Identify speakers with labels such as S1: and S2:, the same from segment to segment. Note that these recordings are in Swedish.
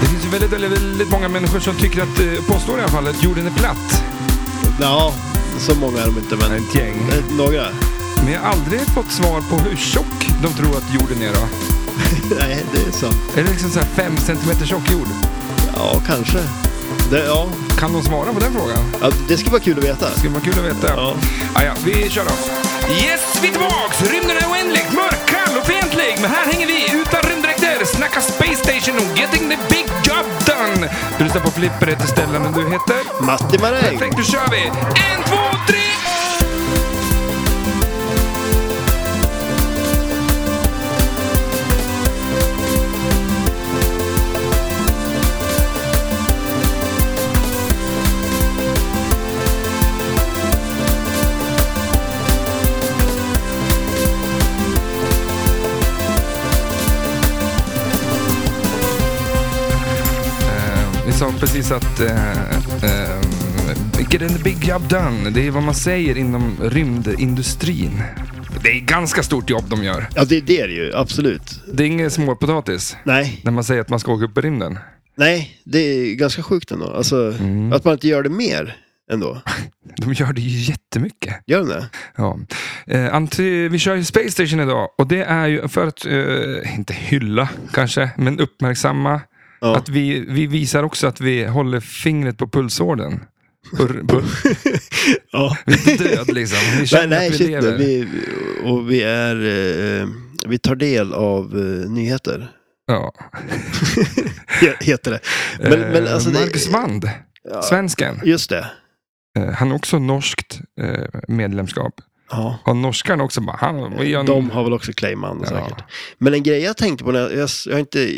S1: Det finns ju väldigt, väldigt, väldigt många människor som tycker att, eh, påstår i alla fall, att jorden är platt.
S2: Ja, så många är de inte men...
S1: Ett gäng.
S2: Eh, Några.
S1: Men jag har aldrig fått svar på hur tjock de tror att jorden är då.
S2: Nej, det är sant.
S1: Är det liksom så här fem centimeter tjock jord?
S2: Ja, kanske. Det, ja.
S1: Kan de svara på den frågan?
S2: ja, det skulle vara kul att veta.
S1: Det skulle vara kul att veta.
S2: Ja.
S1: Ah, ja, vi kör då. Yes, vi är tillbaks! Rymden är oändlig, mörk, kall och fientlig. Men här hänger vi utan rymddräkter, snackar Space Station och getting the big job done. Du lyssnar på Flipper heter Stellan och du heter?
S2: Matti Maräng!
S1: Perfekt, nu kör vi! En, två, tre! Eh, Vi sa precis att eh, eh, getting the big job done, det är vad man säger inom rymdindustrin. Det är ganska stort jobb de gör.
S2: Ja, det, det är det ju. Absolut.
S1: Det är ingen småpotatis
S2: Nej,
S1: när man säger att man ska åka upp i rymden.
S2: nej. Det är ganska sjukt ändå. Alltså,
S1: Mm.
S2: att man inte gör det mer ändå.
S1: De gör det ju jättemycket.
S2: Gör de det?
S1: Ja. Eh, Antri, vi kör ju Space Station idag och det är ju för att, eh, inte hylla kanske, men uppmärksamma
S2: Ja.
S1: att vi, vi visar också att vi håller fingret på pulsådern. Pur, pur,
S2: Ja.
S1: vi är inte död liksom. Vi
S2: Nej,
S1: känner
S2: nej,
S1: att vi
S2: shit
S1: lever.
S2: nu. Vi, och vi är... Eh, vi tar del av eh, nyheter.
S1: Ja.
S2: He- Heter det. Men, men alltså...
S1: eh, Marcus
S2: det,
S1: Wand,
S2: ja,
S1: svensken,
S2: Just det.
S1: eh, han har också norskt eh, medlemskap.
S2: Ja.
S1: Och norskarna också bara, han, vi gör en...
S2: De har väl också claiman
S1: Ja.
S2: säkert. Men en grej jag tänkte på, när jag, jag, s- jag har inte,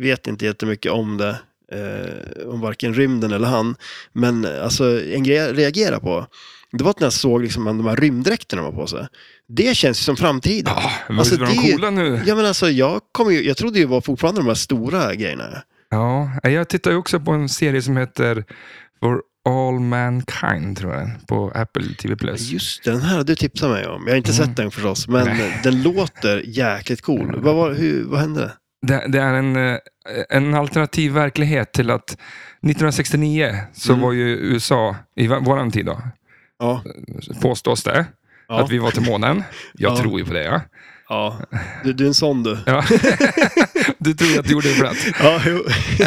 S2: vet inte jättemycket om det, eh, om varken rymden eller han, men eh, alltså, en grej jag reagerar på, det var att när jag såg liksom, de här rymddräkterna de har på sig. Det känns ju som framtiden.
S1: Ja, men
S2: Alltså,
S1: visst var
S2: det är
S1: de
S2: ju-
S1: coola nu?
S2: Ja, men alltså, jag, kommer ju, jag trodde ju det var fortfarande de här stora grejerna.
S1: Ja, Eh, jag tittar ju också på en serie som heter For All Mankind, tror jag den, på Apple TV+.
S2: Just det, den här har du tipsat mig om. Jag har inte
S1: Mm.
S2: sett den förstås, men den låter jäkligt cool. Vad, var, hur, vad hände?
S1: Det, det är en, eh, en alternativ verklighet till att 1969 så
S2: Mm.
S1: var ju USA, i va- våran tid då,
S2: Ja,
S1: påstås det,
S2: ja,
S1: att vi var till månen. Jag
S2: Ja.
S1: tror ju på det. Ja.
S2: ja. Du, du är en sån du.
S1: Ja. du tror ju att du gjorde det ibland.
S2: Ja, jo.
S1: Eh,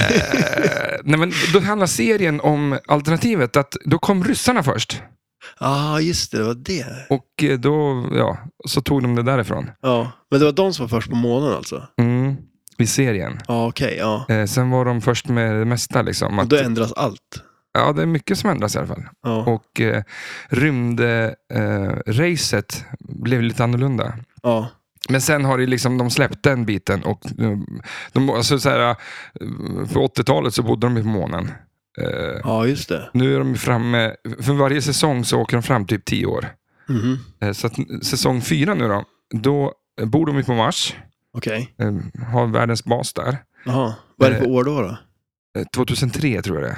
S1: nej, men då handlar serien om alternativet att då kom ryssarna först.
S2: Ja, ah, just det, det var det.
S1: Och eh, då, ja, så tog de det därifrån.
S2: Ja, men det var de som var först på månen alltså?
S1: Mm, I serien.
S2: Ja, okej, ja.
S1: Eh, sen var de först med det mesta. Liksom,
S2: Och
S1: att,
S2: då ändras allt?
S1: ja, det är mycket som ändras i alla fall.
S2: Ja,
S1: Och eh, rymdracet blev lite annorlunda.
S2: ja,
S1: Men sen har det liksom, de släppt den biten. Och, eh, de, alltså, så här, eh, för 80-talet så bodde de ju på månen. Eh,
S2: ja just det.
S1: nu är de ju framme, för varje säsong så åker de fram typ 10 år.
S2: Mhm,
S1: Eh, så att, säsong fyra nu då, då eh, bor de ju på Mars.
S2: Okej.
S1: Eh, har världens bas där.
S2: Jaha. Vad är det för år då? då?
S1: Eh, 2003 tror jag det är.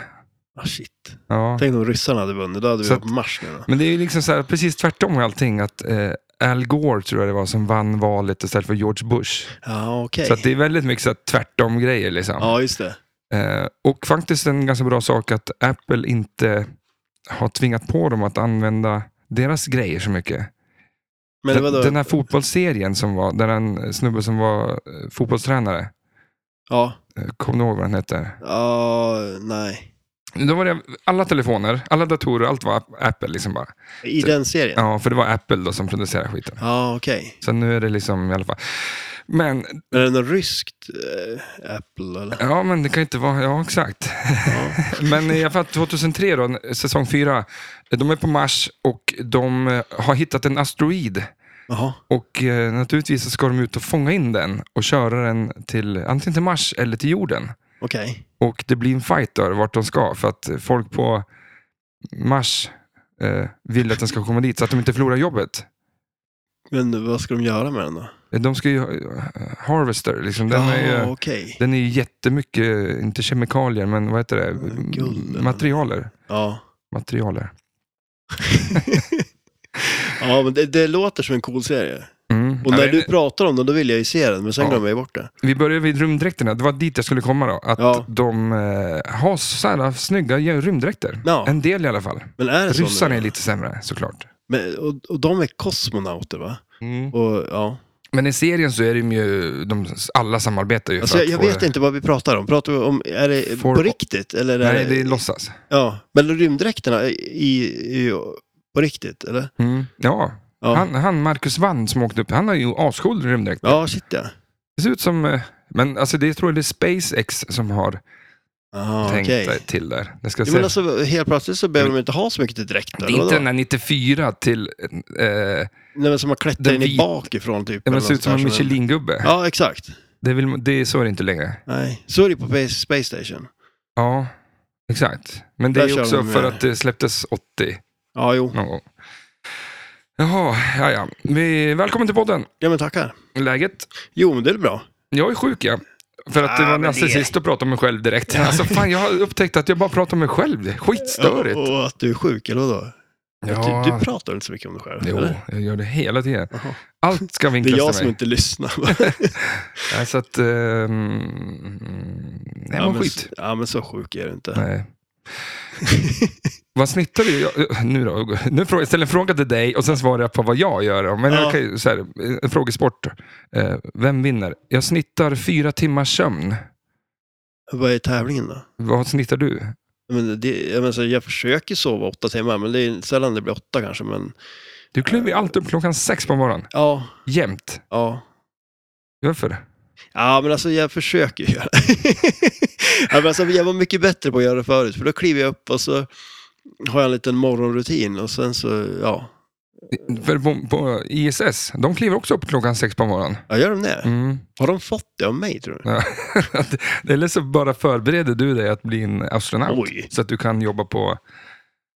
S2: Ah, shit.
S1: Ja.
S2: Tänk om ryssarna hade vunnit, då hade vi
S1: Så
S2: varit på Mars nu då.
S1: Men det är ju liksom så här, precis tvärtom med allting. Att, eh, Al Gore tror jag det var som vann valet istället för George Bush.
S2: Ja, okej.
S1: Så att det är väldigt mycket så här tvärtom-grejer. Liksom.
S2: Ja, just det.
S1: Eh, och faktiskt en ganska bra sak att Apple inte har tvingat på dem att använda deras grejer så mycket.
S2: Men
S1: den,
S2: vadå?
S1: den här fotbollsserien som var, där en snubbe som var eh, fotbollstränare,
S2: Ja,
S1: eh, kommer du ihåg vad den hette?
S2: ja, nej.
S1: Då var det alla telefoner, alla datorer, allt var App- Apple. Liksom bara.
S2: I den serien? Ja,
S1: Ja, för det var Apple då som producerade skiten.
S2: okej.
S1: Så nu är det liksom i alla fall. Men,
S2: Men är det något ryskt eh, Apple eller?
S1: ja men det kan ju inte vara, ja exakt.
S2: Ja.
S1: Men i alla fall 2003 då, säsong 4, de är på Mars och de eh, har hittat en asteroid.
S2: Jaha.
S1: Och eh, naturligtvis så ska de ut och fånga in den och köra den till antingen till Mars eller till jorden.
S2: Okej.
S1: Och det blir en fight där vart de ska för att folk på Mars eh, vill att den ska komma dit så att de inte förlorar jobbet.
S2: Men vad ska de göra med den då?
S1: De ska ju eh, harvester, liksom. den,
S2: ja,
S1: är ju,
S2: okej.
S1: den är ju jättemycket, inte kemikalier, men vad heter det?
S2: Mm, guld eller
S1: Materialer.
S2: Ja.
S1: Materialer.
S2: ja, men det, det låter som en cool serie.
S1: Mm.
S2: Och
S1: Ja,
S2: när
S1: det-
S2: du pratar om den, då vill jag ju se den, men sen
S1: Ja.
S2: glömmer jag bort det.
S1: Vi börjar vid rymddräkterna, det var dit jag skulle komma då. Att
S2: Ja.
S1: de eh, har så jävla snygga rymddräkter.
S2: Ja.
S1: En del i alla fall.
S2: Men är det så
S1: Ryssarna
S2: nu?
S1: är lite sämre såklart.
S2: Men, och, och de är kosmonauter va? Och, ja.
S1: Men i serien så är de ju, de, alla samarbetar ju.
S2: alltså,
S1: för
S2: jag,
S1: att
S2: jag
S1: få
S2: vet
S1: det.
S2: inte vad vi pratar om. Pratar vi om, är det
S1: For-
S2: på riktigt? Eller är
S1: Nej, det är låtsas.
S2: Ja, men rymddräkterna i, i, i, på riktigt, eller?
S1: Mm. Ja.
S2: Ja,
S1: Han, han Marcus Wann som åkte upp, han har ju ascool rymddräkt.
S2: ja shit ja.
S1: Det ser ut som, eh, men alltså det tror jag det är SpaceX som har
S2: Aha,
S1: tänkt
S2: okej.
S1: eh, till där. Det ska
S2: Ja,
S1: se.
S2: men alltså, helt plötsligt så behöver de inte ha så mycket till dräkter.
S1: det är
S2: eller
S1: inte
S2: vadå?
S1: den där 94 till, eh, eh,
S2: Nej, men som har
S1: den
S2: klättrat in i
S1: vit-
S2: bakifrån typ.
S1: den
S2: eller
S1: ser
S2: något
S1: ut som en
S2: sånt där
S1: Michelin-gubbe.
S2: Ja, exakt.
S1: Det, är väl, det är så är det inte längre.
S2: Nej. Så är det på Space- Space Station.
S1: Ja, exakt. Men det
S2: Där
S1: är ju
S2: kör
S1: också
S2: de,
S1: för
S2: eh,
S1: att det släpptes 80
S2: Ja, jo.
S1: någon gång. Jaha, ja, ja. Vi, välkommen till podden.
S2: Ja, men tackar.
S1: Läget?
S2: Jo, men det är bra.
S1: Jag är sjuk ja. För att det
S2: Ah,
S1: var
S2: men
S1: nästan
S2: det-
S1: sist att prata om mig själv direkt. Alltså fan, jag har upptäckt att jag bara pratar om mig själv. Det är Skitstörigt.
S2: Och, och att du är sjuk, eller vadå?
S1: Ja.
S2: Du, du pratar inte så mycket om dig själv,
S1: Jo,
S2: eller?
S1: jag gör det hela tiden.
S2: Jaha.
S1: Allt ska
S2: Det är jag
S1: vinklas till
S2: som
S1: mig.
S2: inte lyssnar.
S1: Nej, så att... ehm, nej,
S2: ja,
S1: men
S2: men,
S1: skit.
S2: ja, men så sjuk är du inte.
S1: Nej. vad snittar du? Jag, nu då? Nu frågar, jag ställer en fråga till dig och sen svarar jag på vad jag gör. Men
S2: Ja.
S1: jag kan ju, så här, eh, frågesport. Eh, vem vinner? Jag snittar fyra timmars sömn.
S2: Vad är tävlingen då?
S1: Vad snittar du?
S2: Men det, jag, menar, så jag försöker sova åtta timmar, men det är sällan det blir åtta kanske. Men
S1: Du kliver ju alltid upp klockan sex på morgonen.
S2: ja,
S1: Jämt.
S2: ja.
S1: Varför?
S2: Ja, men alltså jag försöker ju göra det. ja, men alltså, jag var mycket bättre på att göra det förut, för då kliver jag upp och så har jag en liten morgonrutin och sen så, ja.
S1: För på, på ISS, de kliver också upp klockan sex på morgonen.
S2: Ja, gör de det?
S1: Mm.
S2: Har de fått det av mig tror du?
S1: Ja. Eller så bara förbereder du dig att bli en astronaut.
S2: Oj.
S1: Så att du kan jobba på...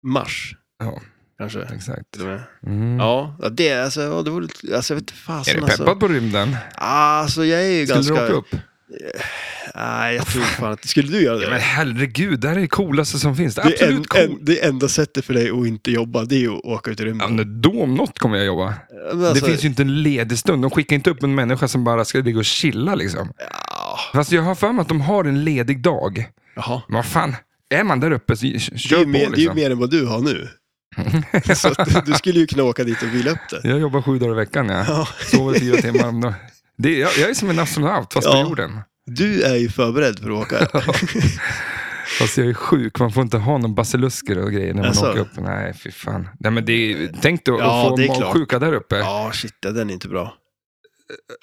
S2: Mars?
S1: Ja.
S2: Kanske?
S1: Exakt.
S2: till och med.
S1: Mm.
S2: Ja, ja, det, alltså, ja, det vore, alltså jag vet inte fasen
S1: Är du
S2: alltså.
S1: peppad på rymden?
S2: Alltså jag är ju
S1: Skulle
S2: ganska...
S1: du åka upp?
S2: Nej, jag tror fan att... Skulle du göra det?
S1: Men herregud, det här är det coolaste som finns. Det är
S2: Det, är en,
S1: absolut coolt.
S2: en, det enda sättet för dig att inte jobba, det är ju att åka ut i
S1: Ja,
S2: rymden.
S1: men då om något kommer jag jobba.
S2: Men alltså,
S1: det finns ju inte en ledig stund. De skickar inte upp en människa som bara ska ligga och chilla liksom.
S2: ja,
S1: Fast jag har för mig att de har en ledig dag.
S2: jaha.
S1: Men vad fan, är man där uppe så k-
S2: Det är,
S1: kör
S2: ju
S1: på
S2: mer, det är ju
S1: liksom.
S2: mer än vad du har nu. Så att, du skulle ju kunna åka dit och vila upp det.
S1: Jag jobbar sju dagar i veckan, ja.
S2: Ja,
S1: sover fyra timmar om dagen. Det, jag, jag är som en astronaut, fast
S2: Ja.
S1: på jorden.
S2: du är ju förberedd för att åka.
S1: Fast jag är sjuk, man får inte ha någon basilusker och grejer när man
S2: Alltså.
S1: åker upp. Nej, fy fan. Nej, men det är, tänk dig att
S2: Ja,
S1: få
S2: det är klart.
S1: magsjuka där uppe.
S2: Ja, shit, ja, den är inte bra.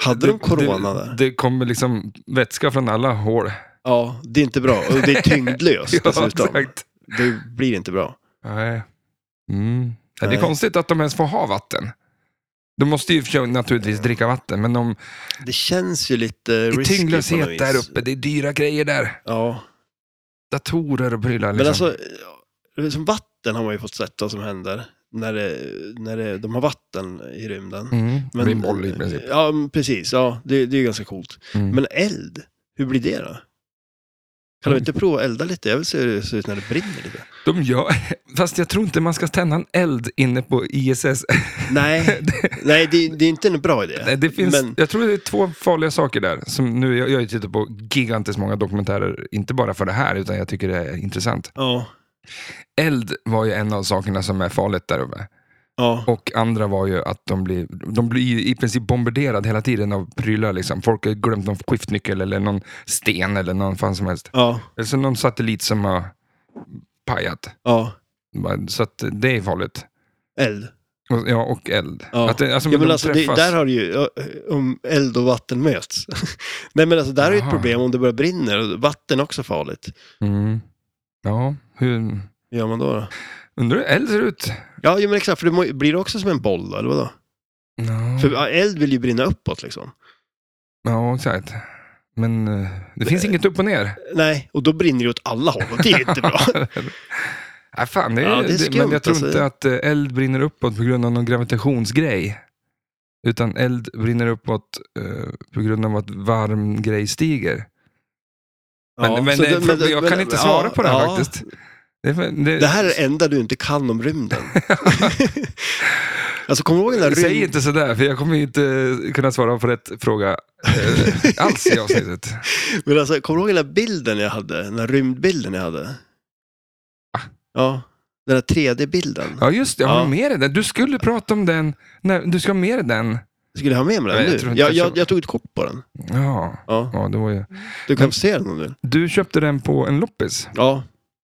S2: Hade de corona
S1: det,
S2: där?
S1: det kommer liksom vätska från alla hål.
S2: Ja, det är inte bra. Och det är tyngdlöst dessutom.
S1: exakt.
S2: Det blir inte bra.
S1: Nej. Mm. Ja, Det är
S2: Nej.
S1: konstigt att de ens får ha vatten. De måste ju försöka naturligtvis dricka vatten, men de,
S2: Det känns ju lite
S1: i
S2: risky på något
S1: tyngdlöshet
S2: vis.
S1: där uppe, det är dyra grejer där.
S2: Ja,
S1: Datorer och prylar.
S2: men
S1: Liksom.
S2: alltså, som vatten har man ju fått sett vad som händer när, det, när det, de har vatten i rymden.
S1: mm.
S2: Men-
S1: Det är en boll i princip.
S2: Ja, men precis. Ja, det, det är ju ganska coolt.
S1: Mm.
S2: Men eld, hur blir det då? Kan de
S1: Mm.
S2: inte prova att elda lite? Jag vill se hur det ser ut när det brinner lite.
S1: De gör, fast jag tror inte man ska tända en eld inne på ISS.
S2: Nej, nej det, det är inte en bra idé.
S1: Nej, det finns,
S2: Men,
S1: Jag tror det är två farliga saker där. Som nu, jag, jag har ju tittat på gigantiskt många dokumentärer, inte bara för det här, utan jag tycker det är intressant.
S2: ja,
S1: Eld var ju en av sakerna som är farligt där uppe.
S2: ja,
S1: Och andra var ju att de blir, de blir ju i princip bombarderade hela tiden av prylar. Liksom. Folk har glömt någon skiftnyckel eller någon sten eller någon fan som helst.
S2: ja,
S1: Eller så någon satellit som har pajat.
S2: ja,
S1: Så att det är farligt.
S2: eld.
S1: Och- Ja, och eld.
S2: Ja.
S1: Att det, alltså,
S2: Ja,
S1: men
S2: men
S1: de
S2: alltså, det,
S1: träffas.
S2: där har du ju, ö, om eld och vatten möts. nej, men alltså, där är ju
S1: Jaha.
S2: ett problem om det börjar brinna. och Vatten är också farligt.
S1: mm. Ja, hur...
S2: Hur gör man då? då?
S1: Undrar hur eld ser ut?
S2: Ja, jo, men exakt, för det må, blir det också som en boll då, eller vadå?
S1: Ja.
S2: För ja, eld vill ju brinna uppåt liksom.
S1: Ja, exakt. Men eh, det finns inget upp och ner.
S2: Nej, och då brinner det åt alla håll och det är inte bra.
S1: Nej, fan, det är,
S2: Ja, det är
S1: det
S2: skumt,
S1: men jag tror
S2: alltså.
S1: inte att eh, eld brinner uppåt på grund av någon gravitationsgrej. Utan eld brinner uppåt eh, på grund av att varm grej stiger. Men, men,
S2: så
S1: eh,
S2: det-
S1: för- jag kan
S2: men-
S1: inte svara på det här faktiskt. Det, är för- det-
S2: Det här är det enda du inte kan om rymden. Alltså kommer du ihåg den där
S1: Säg
S2: rymd-
S1: inte sådär, för jag kommer ju inte eh, kunna svara på rätt fråga eh, alls i avsnittet.
S2: Men alltså, kommer du ihåg den där bilden jag hade? Den där rymdbilden jag hade?
S1: Va?
S2: Ja, den där 3D-bilden.
S1: Ja, just det. Jag har
S2: Ja.
S1: med dig den. Du skulle prata om den. Nej, du ska ha med dig den.
S2: Skulle jag ha med mig den
S1: Nej, jag
S2: nu?
S1: tror
S2: Jag,
S1: inte
S2: jag,
S1: jag
S2: jag, tog ett kort på den.
S1: Ja,
S2: Ja,
S1: ja det var ju.
S2: du kan
S1: Men-
S2: se den om du vill.
S1: Du köpte den på en loppis.
S2: Ja.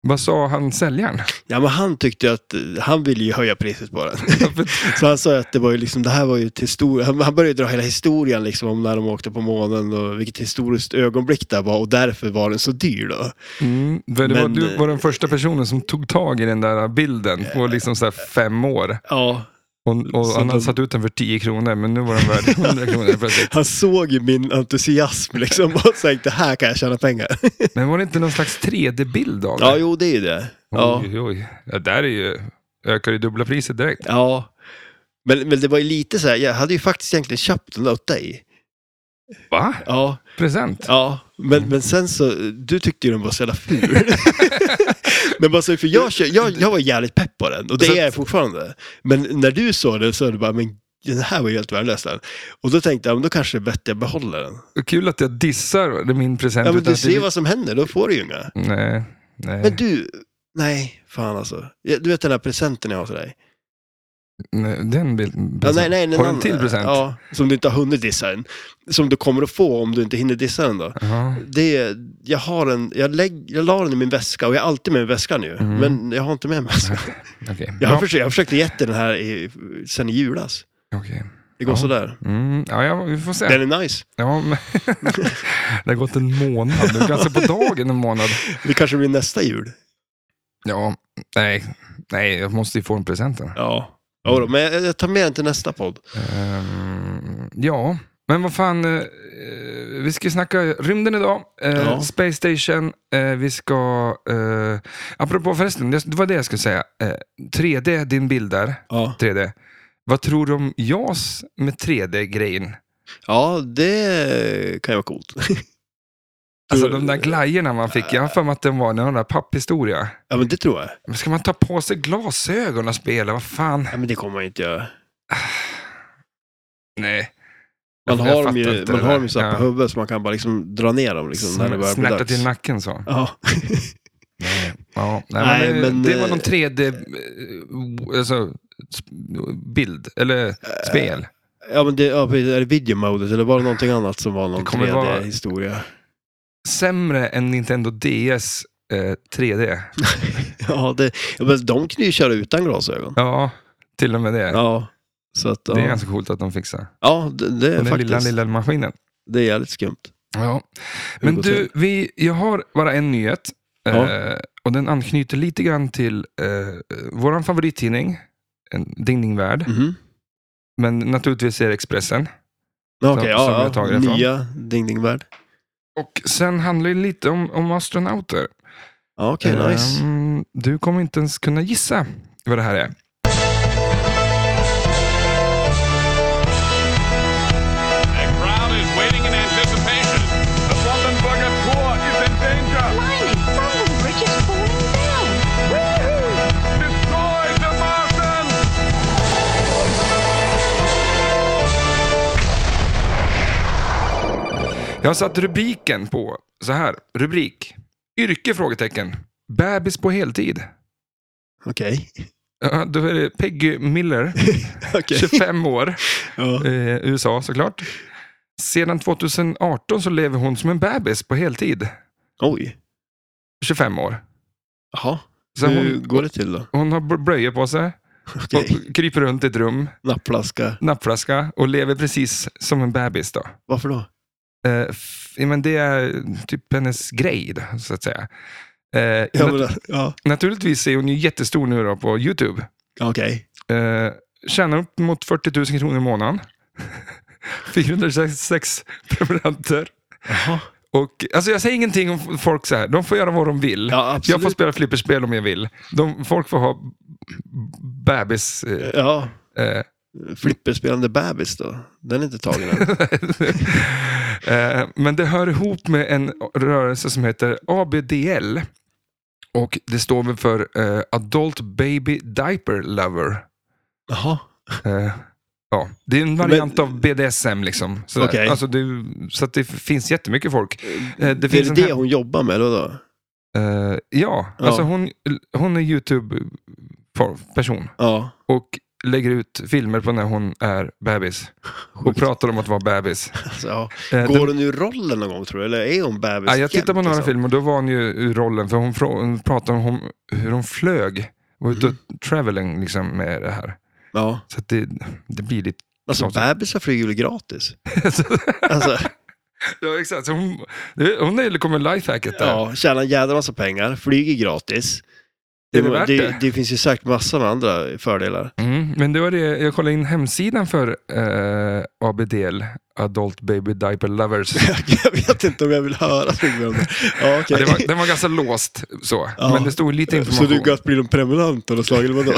S1: Vad sa han säljaren?
S2: ja, men han tyckte ju att eh, han ville ju höja priset på den.
S1: För-
S2: Så han sa ju att det var ju liksom, det här var ju till stor... Han, han började dra hela historien liksom om när de åkte på månen och vilket historiskt ögonblick det var och därför var den så dyr då.
S1: Mm, för det var,
S2: Men, eh,
S1: du var den första personen som tog tag i den där bilden på liksom så här fem år.
S2: Ja,
S1: Och, och
S2: Så
S1: han hade
S2: de-
S1: satt ut den för 10 kronor, men nu var den värd 100 kronor plötsligt.
S2: han såg ju min entusiasm liksom och tänkte, här kan jag tjäna pengar.
S1: Men var det inte någon slags 3D-bild av det?
S2: Ja, jo, det är ju det. Ja.
S1: Oj, oj. Det där är ju, ökar ju dubbla priset direkt.
S2: Ja. Men, men det var ju lite så här, jag hade ju faktiskt egentligen köpt den åt dig.
S1: Va?
S2: Ja.
S1: Present?
S2: ja. Men,
S1: Mm.
S2: men sen så, du tyckte ju den var så jävla ful. men bara så, för jag, kö- jag, jag var jävligt pepp på den och det
S1: Så-
S2: är jag fortfarande. Men när du såg den så var det bara, men den här var ju helt värdelös den. Och då tänkte jag, men då kanske det är bättre att jag behåller den.
S1: Kul att jag dissar min present.
S2: Ja men
S1: utan
S2: du
S1: att det-
S2: ser vad som händer, då får du ju inga.
S1: Nej, nej,
S2: Men du, nej, fan alltså. Ja, Du vet den här presenten jag har till dig?
S1: nej. Den bilden.
S2: Ja, nej, nej,
S1: Har du
S2: annan-
S1: en till present?
S2: Ja, som du inte har hunnit dissa än. Som du kommer att få om du inte hinner dissa den då.
S1: Ja.
S2: Det, jag har en, jag, lägg, jag la den i min väska och jag har alltid med väskan nu.
S1: Mm.
S2: Men jag har inte med mig väskan.
S1: Okej.
S2: Jag har
S1: Ja,
S2: försökt, jag har försökt gett den här i, sen i julas.
S1: okej.
S2: Det går
S1: Ja.
S2: sådär.
S1: Mm, ja, ja, vi får se.
S2: Den är nice.
S1: Ja, men... det har gått en månad nu, kanske på dagen en månad.
S2: Det kanske blir nästa jul.
S1: Ja, nej, nej, jag måste ju få en presenten.
S2: Ja. Ja, då, men jag, jag tar med den till nästa podd.
S1: Ehm, ja, men vad fan. eh, vi ska snacka rymden idag. Eh,
S2: Ja.
S1: Space Station. Eh, vi ska... Eh, apropå förresten, det det var det jag skulle säga. Eh, 3D, din bild där.
S2: Ja,
S1: 3D. Vad tror du om JAS med 3D-grejen?
S2: ja det kan ju vara coolt.
S1: Alltså
S2: Du-
S1: de där glajjorna man fick. Jag har för mig att den var någon där papphistoria.
S2: Ja, men det tror jag.
S1: Men ska man ta på sig glasögon och spela? Vad fan?
S2: Ja, men det kommer man ju inte göra.
S1: Nej. Jag-
S2: Man har
S1: jag
S2: dem
S1: fattar
S2: ju,
S1: inte
S2: man
S1: det
S2: har
S1: där.
S2: dem ju så här på huvudet så man kan bara liksom dra ner dem liksom, när det börjar bli
S1: Snärta
S2: dags.
S1: till nacken så.
S2: Ja.
S1: Nej, ja, nej,
S2: Nej,
S1: men, det-
S2: men,
S1: det var
S2: eh,
S1: någon 3D eh, alltså, sp- bild,
S2: Eh.
S1: eller spel.
S2: Ja, men det, ja, precis. är det videomodet eller var det någonting annat som var någon
S1: Det kommer vara-
S2: 3D-historia?
S1: Sämre än Nintendo DS eh, 3D.
S2: Ja, det, ja, men de kan ju köra utan glasögon.
S1: Ja, till och med det.
S2: Ja, så att, ja.
S1: Det är ganska coolt att de fixar.
S2: ja det, det är
S1: Den
S2: faktiskt,
S1: lilla, lilla maskinen.
S2: det är jävligt skumt.
S1: Ja. Men
S2: går
S1: du,
S2: till.
S1: vi, jag har bara en nyhet.
S2: Ja.
S1: Eh, och den anknyter lite grann till eh, vår favorittidning, en Dingdingvärld.
S2: Mhm.
S1: Men naturligtvis är det Expressen.
S2: Ja,
S1: Så-
S2: Okej,
S1: som jag
S2: ja,
S1: tagit
S2: ja.
S1: det från.
S2: Nya Ding Ding-värld.
S1: Och sen handlar det lite om, om astronauter.
S2: Ja, okej, nice.
S1: Ehm, du kommer inte ens kunna gissa vad det här är.
S3: The crowd is waiting in anticipation. The Brandenburger Tor is in danger.
S4: Blimey, Brandon Bridge is falling down.
S3: Destroy the Martians!
S1: Jag har satt rubriken på så här. Rubrik. Yrke? frågetecken. Bebis på heltid.
S2: Okej.
S1: Ja, Då är det Peggy Miller,
S2: Okej.
S1: 25 år,
S2: Ja.
S1: eh, USA såklart. Sedan 2018 så lever hon som en bebis på heltid.
S2: Oj.
S1: 25 år.
S2: Jaha,
S1: Så
S2: hur
S1: hon,
S2: går det till då?
S1: hon har br- bröjor på sig,
S2: Okej,
S1: och kryper runt i ett rum,
S2: nappflaska.
S1: nappflaska och lever precis som en bebis. Då.
S2: Varför då?
S1: Eh, f- ja, men det är typ hennes grej, då, så att säga. Eh,
S2: Ja,
S1: nat-
S2: men, ja.
S1: Naturligtvis är hon ju jättestor nu då på YouTube.
S2: Okej.
S1: Eh, tjänar upp mot 40 000 kronor i månaden. 466 prenumeranter.
S2: Jaha.
S1: Och, alltså jag säger ingenting om f- folk så här. De får göra vad de vill.
S2: Ja, absolut.
S1: jag får spela flipperspel om jag vill. De, folk får ha b- bebis. Eh,
S2: Ja,
S1: eh,
S2: flipperspelande bebis då? Den är inte tagen än.
S1: Eh, Men det hör ihop med en rörelse som heter ABDL. Och det står väl för eh, Adult Baby Diaper Lover.
S2: Jaha.
S1: Eh, ja. Det är en variant
S2: Men-
S1: av BDSM liksom. Sådär.
S2: Okej.
S1: Alltså, du, så att det finns jättemycket folk. Eh, det
S2: Det är
S1: finns
S2: det
S1: en
S2: det
S1: här-
S2: hon jobbar med? Då, då?
S1: Eh, ja,
S2: Ja.
S1: alltså hon, hon är YouTube-person
S2: Ja.
S1: och lägger ut filmer på när hon är bebis. Och pratar om att vara bebis.
S2: Alltså, ja.
S1: Eh,
S2: Går
S1: den-
S2: hon ur rollen någon gång tror du? Eller är hon bebis?
S1: Ja, jag tittade på
S2: jämt,
S1: några
S2: liksom?
S1: filmer och då var hon ju ur rollen, för hon, frå- hon pratade om hon, hur hon flög. Var ute
S2: Mm.
S1: och traveling liksom med det här.
S2: Ja.
S1: Så att det, det blir lite...
S2: Alltså
S1: Klart.
S2: bebisar flyger väl gratis? alltså,
S1: ja, exakt. Så hon, det- hon är, kommer lifehacket där.
S2: ja, tjänar en jädra massa pengar, flyger gratis.
S1: Är det värt det?
S2: det? finns ju säkert massor med andra fördelar.
S1: Mm, men det var det, jag kollade in hemsidan för eh, ABDL, Adult Baby Diaper Lovers.
S2: jag vet inte om jag vill höra så mycket om det. Ja,
S1: Ja,
S2: okej.
S1: det var, den var ganska låst, så.
S2: Ja.
S1: men det stod lite
S2: Så
S1: information.
S2: du gott blir någon prenumerant av något slag, eller vadå?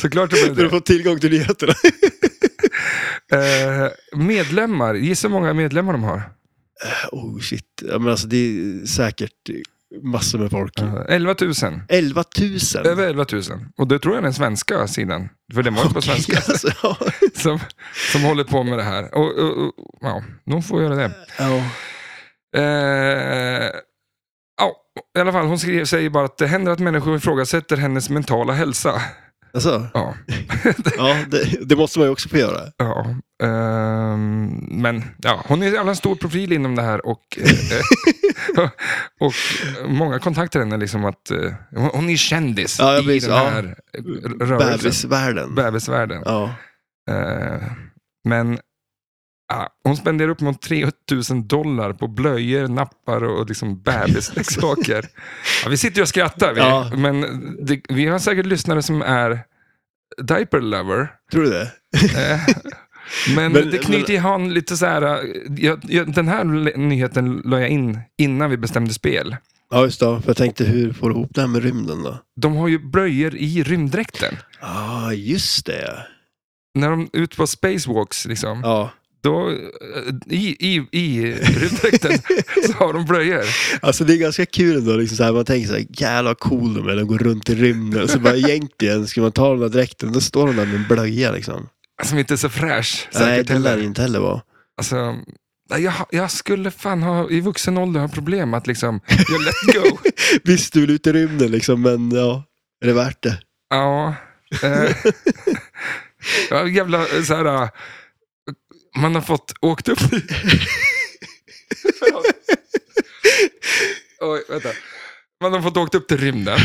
S1: Såklart det
S2: För
S1: blev
S2: att
S1: det.
S2: få tillgång till nyheterna.
S1: Eh, medlemmar, gissa hur många medlemmar de har?
S2: oh shit, ja, men alltså det är säkert massor med folk.
S1: Eh, 11 000.
S2: 11 000!
S1: Över 11 000. Och det tror jag är den svenska sidan. För det var inte på svenska.
S2: Alltså, ja.
S1: Som, som håller på med det här. Och, och, och, ja, de får göra det.
S2: ja.
S1: Eh, ja, i alla fall, hon skriver, säger bara att det händer att människor ifrågasätter hennes mentala hälsa.
S2: Alltså,
S1: Ja,
S2: ja det, det måste man ju också få göra.
S1: ja. ehm, men ja, hon är en jävla stor profil inom det här och, eh, och många kontaktar henne liksom att eh, hon hon är kändis
S2: Ja, ja,
S1: i
S2: precis,
S1: den
S2: ja. Mm.
S1: här eh, rörelsen.
S2: Bebisvärlden.
S1: Bebisvärlden.
S2: Ja.
S1: Eh, men ja, hon spenderar upp mot 3000 dollar på blöjor, nappar och liksom bebisleksaker. ja, vi sitter ju och skrattar, vi,
S2: Ja.
S1: men det, vi har säkert lyssnare som är diaper lover.
S2: Tror du det?
S1: Eh, Men,
S2: Men-
S1: det knyter ju han lite så här, eh, jag, jag, den här le- nyheten la jag in innan vi bestämde spel.
S2: Ja, just det. För jag tänkte, hur får du ihop det här med rymden då?
S1: De har ju blöjor i rymddräkten.
S2: Ja, ah, just det.
S1: När de är ute på spacewalks, liksom,
S2: Ja.
S1: då, eh, i, i, i rymddräkten så har de blöjor.
S2: Alltså det är ganska kul ändå, liksom så här, man tänker så här, jävlar vad cool de är, de går runt i rymden. Så bara egentligen, ska man ta den där dräkten, då står de där med en blöja liksom.
S1: Som inte är så fräsch.
S2: Nej,
S1: Säkert
S2: det lär det
S1: heller.
S2: inte heller vara.
S1: Alltså, nej, jag, jag skulle fan ha, i vuxen ålder ha problem att liksom, jag let go.
S2: Visst, du vill ut i rymden liksom, men ja, är det värt det?
S1: ja. Eh, ja, jävla eh, så här, eh, man har fått åkt upp i... Förlåt. Oj, vänta. Man har fått åkt upp till rymden.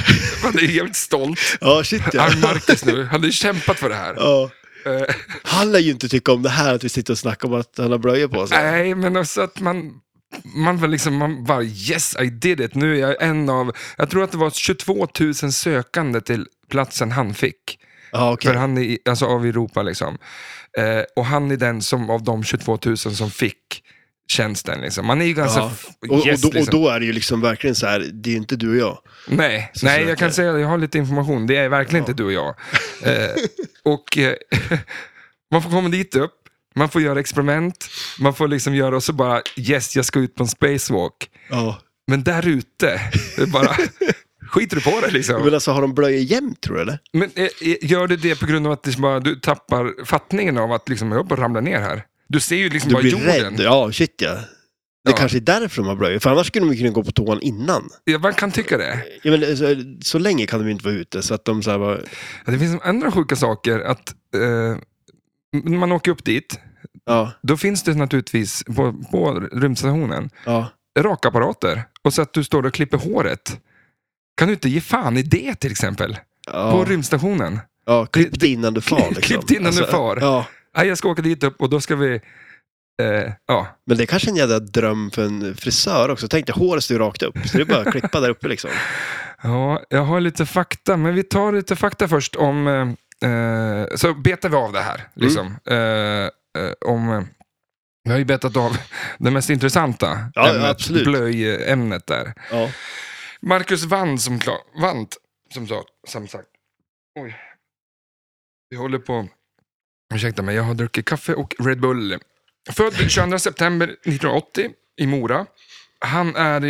S1: Man är jävligt stolt.
S2: Ja, shit ja.
S1: Han Marcus nu, han har ju kämpat för det här.
S2: ja.
S1: Eh,
S2: Han lär ju inte tycka om det här att vi sitter och snackar om att han har blöjor på sig.
S1: Nej, men också att man, man var liksom, man bara yes I did it. Nu är jag en av, jag tror att det var 22 000 sökande till platsen han fick.
S2: Ja, okej.
S1: För han är, i- alltså av Europa liksom. Eh, och han är den som av de 22 000 som fick tjänsten liksom. Man är ju ganska,
S2: Ja.
S1: f-
S2: Och, och,
S1: yes,
S2: då, och
S1: liksom.
S2: då är det ju liksom verkligen så här, det är ju inte du och jag.
S1: Nej,
S2: Så
S1: nej
S2: söker.
S1: jag kan säga att jag har lite information. Det är verkligen inte du och jag. Eh, och eh, man får komma dit upp, man får göra experiment, man får liksom göra och så bara yes, jag ska ut på en spacewalk.
S2: Ja.
S1: Men där ute, det bara skiter du på det liksom.
S2: Men alltså har de blöjor jämt tror du eller?
S1: Men eh, eh, gör du det på grund av att det bara, du tappar fattningen av att liksom, jag bara ramlar ner här? Du ser ju liksom
S2: Du
S1: bara
S2: blir
S1: jorden.
S2: rädd. Ja, shit ja. Det
S1: Ja.
S2: kanske är därför de har blöjor, för annars skulle de ju kunna gå på toan innan.
S1: Ja, man kan tycka det.
S2: Ja, men, eh, så, så länge kan de ju inte vara ute, så att de så här bara,
S1: Ja, Det finns andra sjuka saker. att eh, när Man åker upp dit,
S2: ja,
S1: då finns det naturligtvis på, på rymdstationen
S2: ja.
S1: rakapparater. Och så att du står och klipper håret. Kan du inte ge fan i det till exempel? På
S2: Ja,
S1: rymdstationen.
S2: ja
S1: det-
S2: klippt innan du far liksom.
S1: klippt innan du far.
S2: Ja,
S1: Nej, jag ska åka dit upp och då ska vi... Eh, ja,
S2: men det är kanske en jävla dröm för en frisör också. Tänk dig, håret står ju rakt upp, så det är bara att klippa där uppe liksom.
S1: Ja, jag har lite fakta, men vi tar lite fakta först om... eh, Eh, så betar vi av det
S2: Mm.
S1: här. Liksom. Eh, eh, om, eh, vi har ju betat av det mest intressanta
S2: ja, absolut.
S1: blöjämnet där.
S2: Ja,
S1: Marcus vann som, kla- vant, som, sa, som sagt. Oj. Vi håller på... Ursäkta mig, jag har druckit kaffe och Red Bull. Född 22 september 1980 i Mora. Han är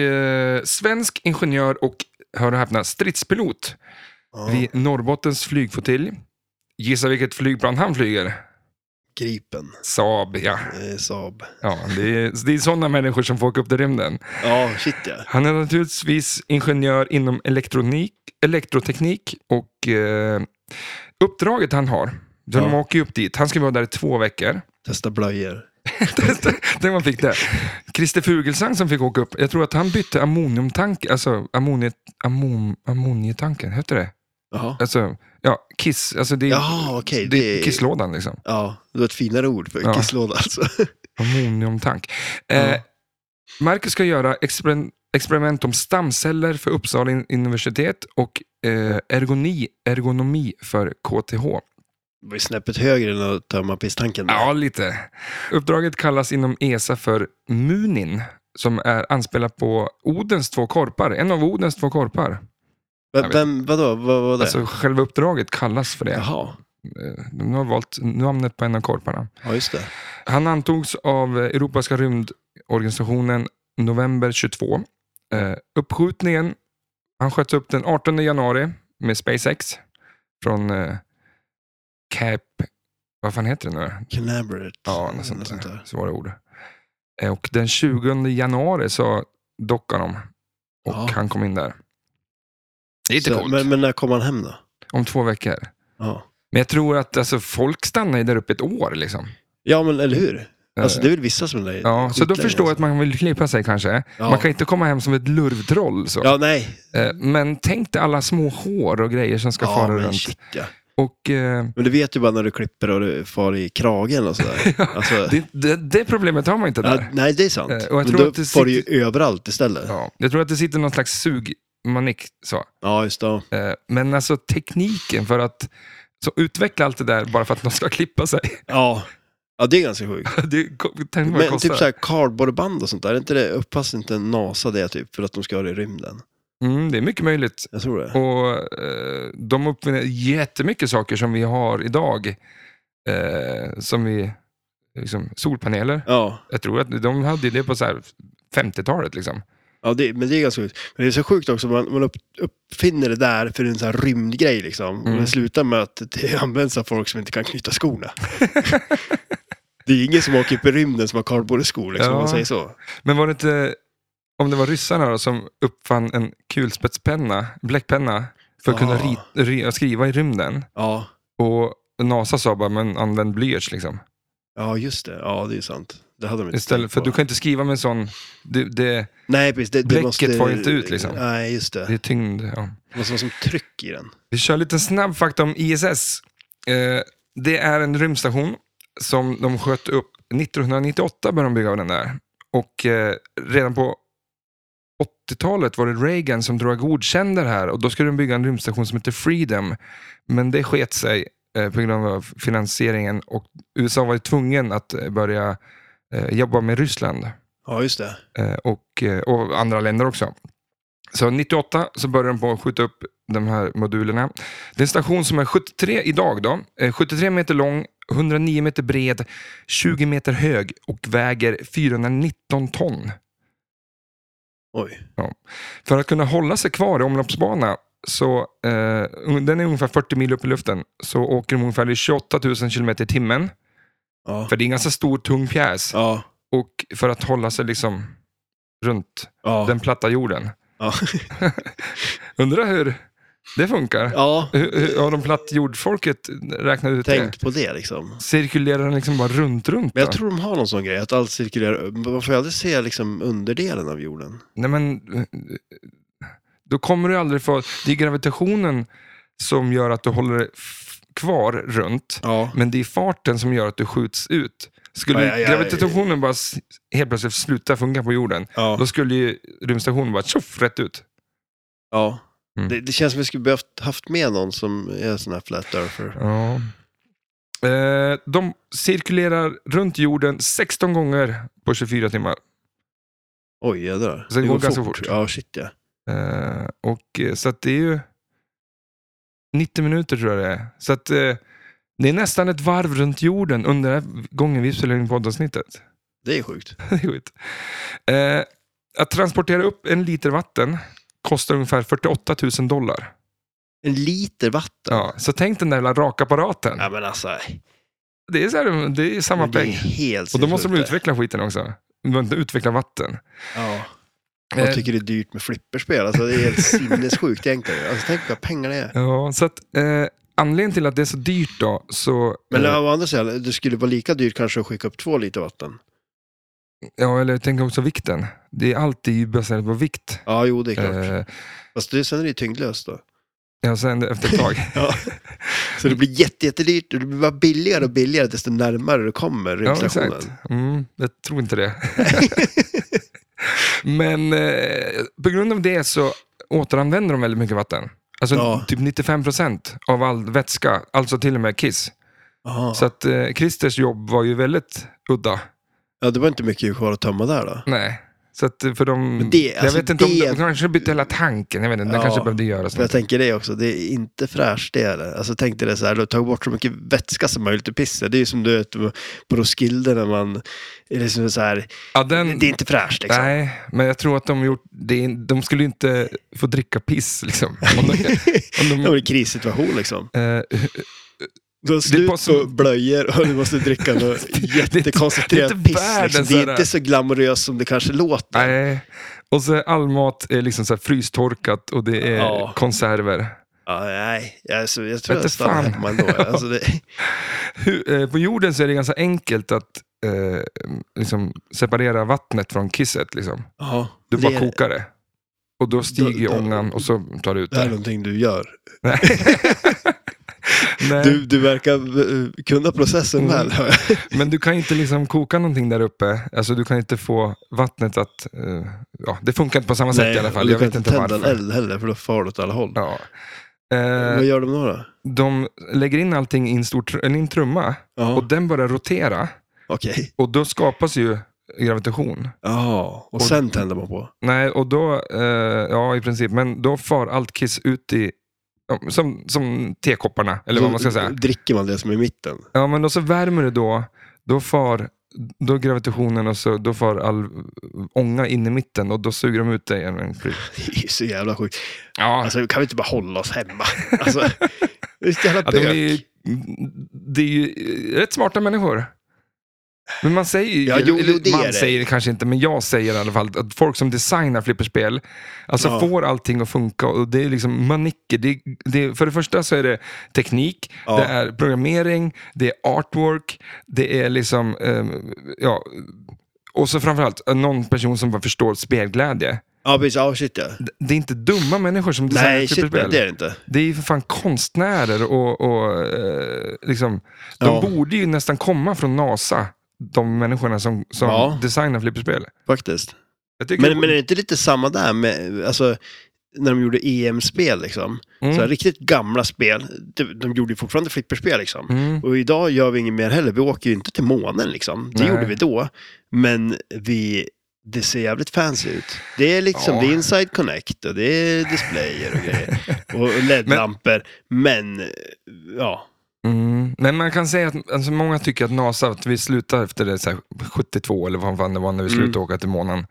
S1: eh, svensk ingenjör och, hör och häpna, stridspilot
S2: ja.
S1: vid Norrbottens flygflottilj. Gissa vilket flygplan han flyger?
S2: Gripen,
S1: Saab, ja.
S2: eh, Saab.
S1: ja det är, det är sådana människor som får åka upp till rymden.
S2: Ja, shit ja.
S1: Han är naturligtvis ingenjör inom elektronik, elektroteknik och eh, uppdraget han har, de
S2: Ja.
S1: åker ju upp dit, han ska vara där i två veckor.
S2: Testa blöjor.
S1: det man fick där. Christer Fuglesang som fick åka upp, jag tror att han bytte ammoniumtank, alltså ammoniet, ammon, ammoniumtanken, hette det?
S2: Jaha,
S1: Alltså, ja, kiss, alltså det är,
S2: Jaha okej.
S1: det är
S2: det-
S1: kisslådan liksom.
S2: Ja, det var ett finare ord för
S1: Ja.
S2: kisslåda alltså.
S1: Ammoniumtank. Eh,
S2: Ja.
S1: Marcus ska göra exper- experiment om stamceller för Uppsala in- universitet och eh, ergoni, ergonomi för KTH.
S2: Det var ju snäppet högre än att tömma pisstanken. där.
S1: Ja, lite. Uppdraget kallas inom ESA för Munin, som är anspelat på Odens två korpar, en av Odens två korpar.
S2: Vem, vem, vadå, vad var det?
S1: Alltså själva uppdraget kallas för det.
S2: Jaha,
S1: Eh, De har valt namnet på en av korparna.
S2: ja just det.
S1: Han antogs av eh, Europeiska rymdorganisationen november 22. Eh, uppskjutningen, han sköts upp den 18 januari med SpaceX från eh, Cap, vad fan heter det nu?
S2: Canaveral.
S1: Ja, något sånt
S2: Något
S1: där. Svåra ord. Eh, Och den 20 januari så dockade de och
S2: Ja.
S1: han kom in där. Det är lite
S2: Så,
S1: coolt.
S2: men, men när kom han hem då?
S1: Om två veckor.
S2: Ja,
S1: Men jag tror att alltså, folk stannar ju där uppe ett år. Liksom.
S2: ja men eller hur? Alltså
S1: Eh,
S2: det är väl vissa som är där
S1: ja, så då
S2: skitlänge,
S1: förstår jag att
S2: alltså.
S1: man vill klippa sig kanske.
S2: Ja.
S1: Man kan inte komma hem som ett lurvtroll. Så.
S2: Ja, nej.
S1: Eh, Men tänk dig alla små hår och grejer som ska
S2: Ja,
S1: fara
S2: men
S1: runt.
S2: shit ja.
S1: Och, eh,
S2: Men du vet ju bara när du klipper och du far i kragen och sådär. alltså,
S1: det, det, det problemet har man inte där.
S2: ja, nej, det är sant.
S1: Eh, och jag
S2: men
S1: tror
S2: då
S1: att det
S2: far du ju överallt istället. Ja,
S1: Ja. Jag tror att det sitter någon slags sugmanik. Så.
S2: just det.
S1: Eh, Men alltså tekniken för att så utveckla allt det där bara för att någon ska klippa sig.
S2: Ja. ja, det är ganska sjukt.
S1: Det, ko- tänk vad det
S2: Men
S1: kostar.
S2: typ såhär cardboardband och sånt där, är inte det, upppass inte NASA det typ för att de ska ha det i rymden?
S1: mm, det är mycket möjligt.
S2: Jag tror det.
S1: Och eh, De uppfinner jättemycket saker som vi har idag. Eh, som vi, liksom, solpaneler.
S2: Ja,
S1: Jag tror att de hade ju det på så här 50-talet. Liksom.
S2: ja det, men det är ganska sjukt. Men det är så sjukt också, man, man upp, uppfinner det där för en sån här rymdgrej liksom.
S1: Mm.
S2: Och det slutar med att det används av folk som inte kan knyta skorna. det är ingen som åker upp i rymden som har cardboardskor liksom,
S1: Ja.
S2: om man säger så.
S1: Men var det inte, om det var ryssarna då, som uppfann en kulspetspenna, bläckpenna, för att kunna
S2: Ah.
S1: ri, ri, skriva i rymden.
S2: Ja,
S1: Och NASA sa bara, men använd blyerts liksom.
S2: ja just det. Ja, det är sant. Det hade de inte
S1: Istället,
S2: tänkt
S1: för
S2: på.
S1: du kan inte skriva med en sån, det, det,
S2: Nej, precis. Det, det
S1: Bläcket
S2: måste...
S1: far inte ut, liksom.
S2: Nej, just det.
S1: det är tyngd. Ja.
S2: Det måste vara som tryck i den.
S1: Vi kör lite snabb fakta om ISS. Eh, det är en rymdstation som de sköt upp 1998 började de bygga av den där. Och eh, redan på 80-talet var det Reagan som drog godkände det här och då skulle de bygga en rymdstation som heter Freedom. Men det sket sig eh, på grund av finansieringen och USA var ju tvungen att eh, börja eh, jobba med Ryssland.
S2: Ja, just det.
S1: Eh, och, eh, och andra länder också. Så 98 så började de på att skjuta upp de här modulerna. Det är en station som är 73 idag då, eh, 73 meter lång, 109 meter bred, 20 meter hög och väger 419 ton.
S2: Oj.
S1: För att kunna hålla sig kvar i omloppsbana, så, eh, un- den är ungefär 40 mil upp i luften, så åker de ungefär i 28 000 kilometer i timmen.
S2: Ja.
S1: För det är en ganska stor, tung pjäs.
S2: Ja.
S1: Och för att hålla sig liksom runt
S2: Ja.
S1: den platta jorden.
S2: Ja.
S1: Undrar hur det funkar.
S2: ja.
S1: Hur, hur har de platt jordfolket räknat ut
S2: Tänk på det liksom.
S1: det? Cirkulerar den liksom bara runt, runt?
S2: Men jag
S1: då?
S2: tror de har någon sån grej, att allt cirkulerar. men Man får ju aldrig se liksom underdelen av jorden.
S1: Nej, men, eh, då kommer du aldrig få... Det är gravitationen som gör att du håller dig f- kvar runt,
S2: Ja.
S1: men det är farten som gör att du skjuts ut. Skulle
S2: Aj, aj, aj.
S1: gravitationen bara s- helt plötsligt sluta funka på jorden, då
S2: Ja.
S1: skulle ju rymdstationen bara tjoff rätt ut.
S2: ja.
S1: Mm.
S2: Det, det känns som vi skulle behövt haft med någon som är sån här flat earther.
S1: Ja. Eh, de cirkulerar runt jorden 16 gånger på 24 timmar.
S2: Oj, jädrar.
S1: Så det går ganska fort.
S2: Ja, shit ja.
S1: Eh, och, eh, så att det är ju 90 minuter tror jag det är. Så att, eh, det är nästan ett varv runt jorden under den här gången vi spelar in poddavsnittet.
S2: Det är sjukt.
S1: Det är skit. eh, att transportera upp en liter vatten kostar ungefär 48 000 dollar.
S2: En liter vatten.
S1: Ja, så tänk den där lilla rakapparaten.
S2: Ja, men alltså,
S1: Det, är så här, det är samma
S2: det är
S1: peng.
S2: helt
S1: Och då måste de
S2: sinnessjukt.
S1: utveckla skiten också. De måste Utveckla vatten.
S2: Ja.
S1: Eh,
S2: Jag tycker det är dyrt med flipperspel. Alltså, det är helt sinnessjukt egentligen. Alltså, tänk vad pengar det är.
S1: Ja, så att, eh, anledningen till att det är så dyrt då, så...
S2: Men
S1: eh,
S2: å andra sidan, det skulle vara lika dyrt kanske att skicka upp två liter vatten.
S1: ja, eller tänk också vikten. Det är alltid baserat på vikt.
S2: Ja, jo, det är klart.
S1: Eh,
S2: Fast det, sen är det ju tyngdlöst då.
S1: ja, sen efter ett tag.
S2: Ja. Så det blir jätte, jättedyrt och det blir bara billigare och billigare desto närmare du kommer
S1: ja,
S2: rymdstationen.
S1: exakt. Mm, jag tror inte det. Men eh, på grund av det så återanvänder de väldigt mycket vatten. Alltså
S2: Ja.
S1: typ 95% av all vätska, alltså till och med kiss.
S2: Aha.
S1: Så att eh, Christers jobb var ju väldigt udda.
S2: Ja, det var inte mycket kvar att tömma där då.
S1: Nej. Så att eh, för de...
S2: Men det-
S1: jag
S2: alltså
S1: vet inte
S2: det-
S1: om de kanske bytte hela tanken. Jag vet inte,
S2: Ja.
S1: det kanske behövde göras.
S2: För jag
S1: något.
S2: tänker det också, det är inte fräscht det heller. Alltså tänk dig det så här, du har tagit bort så mycket vätska som möjligt ur pisset. Det är ju som du vet på Roskilde när man, är liksom så här,
S1: Ja, den,
S2: det är inte fräscht liksom.
S1: Mm. Nej, men jag tror att de gjort... Det, de skulle ju inte få dricka piss liksom. Om de, om
S2: Det var
S1: de,
S2: en krissituation liksom.
S1: eh,
S2: Du
S1: Det är
S2: har slut
S1: bara
S2: på
S1: så-
S2: blöjor och du måste dricka något jättekoncentrerat
S1: det är inte
S2: piss. Liksom.
S1: världens
S2: Det är
S1: sådär-
S2: inte så glamoröst som det kanske låter.
S1: nej. Och så all mat är liksom så här frystorkat och det är
S2: Ja.
S1: konserver.
S2: Ja, nej, alltså, jag tror
S1: Vete
S2: jag stannar
S1: fan.
S2: hemma ändå. Alltså, det,
S1: Hur, eh, på jorden så är det ganska enkelt att eh, liksom separera vattnet från kisset. Liksom.
S2: ja,
S1: Du bara
S2: det,
S1: kokar det. Och då stiger ju
S2: då-
S1: ångan och så tar du ut
S2: det här är
S1: det.
S2: någonting du gör.
S1: Nej. Nej,
S2: Du, du verkar eh, kunna processen
S1: Mm.
S2: väl. hör jag.
S1: Men du kan ju inte liksom koka någonting där uppe. Alltså du kan inte få vattnet att... eh, ja, det funkar inte på samma sätt i alla
S2: och
S1: fall.
S2: du
S1: Jag
S2: kan
S1: vet inte
S2: tända en
S1: varför.
S2: eld heller, för då far det åt alla håll.
S1: Ja. Eh,
S2: Vad gör de då? då?
S1: de lägger in allting i en, stor tr- eller i en trumma
S2: Ja,
S1: och den börjar rotera.
S2: okej.
S1: Och då skapas ju gravitation.
S2: Ja, och
S1: Och-
S2: sen tänder man på.
S1: Nej, och då, eh, ja i princip, men då far allt kiss ut i, ja, som, som tekopparna, eller vad man ska säga.
S2: Dricker man det som är i mitten?
S1: Ja, men och så värmer det då, då far då gravitationen och så, då far all ånga in i mitten och då suger de ut det genom en flyt.
S2: Det är så jävla sjukt.
S1: Ja,
S2: Alltså, kan vi inte bara hålla oss hemma? Alltså, det är så jävla
S1: ja, de är
S2: bök.
S1: ju, det är ju eh, rätt smarta människor. Men man säger ju,
S2: Ja, jo,
S1: eller
S2: jo, det
S1: man
S2: är det.
S1: säger det kanske inte, men jag säger i alla fall att folk som designar flipperspel, alltså
S2: Ja.
S1: får allting att funka och det är liksom manicker. Det, det, för det första så är det teknik,
S2: Ja.
S1: det är programmering, det är artwork, det är liksom, eh, ja, och så framförallt eh, någon person som bara förstår spelglädje.
S2: Ja, precis. Ja, shit ja.
S1: D- Det är typ inte dumma människor som designar
S2: Nej, shit,
S1: flipperspel.
S2: nej, det är det inte.
S1: Det är ju för fan konstnärer och, och eh, liksom, de
S2: Ja.
S1: borde ju nästan komma från NASA, de människorna som, som
S2: Ja.
S1: designar flipperspel.
S2: Faktiskt.
S1: Jag tycker
S2: Men, men är det inte lite samma där med, alltså, när de gjorde EM-spel liksom.
S1: Mm.
S2: Så här, riktigt gamla spel. De, de gjorde ju fortfarande flipperspel liksom.
S1: mm.
S2: Och idag gör vi inget mer heller. Vi åker ju inte till månen liksom. Det
S1: Nej.
S2: gjorde vi då. Men vi, det ser jävligt fancy ut. Det är liksom,
S1: Ja.
S2: det är inside connect och det är displayer och grejer. Och LED-lampor. Men, ja.
S1: Mm. Men man kan säga att alltså, många tycker att NASA, att vi slutar efter det, så här, 72 eller vad fan det var när vi
S2: Mm.
S1: slutade åka till månen.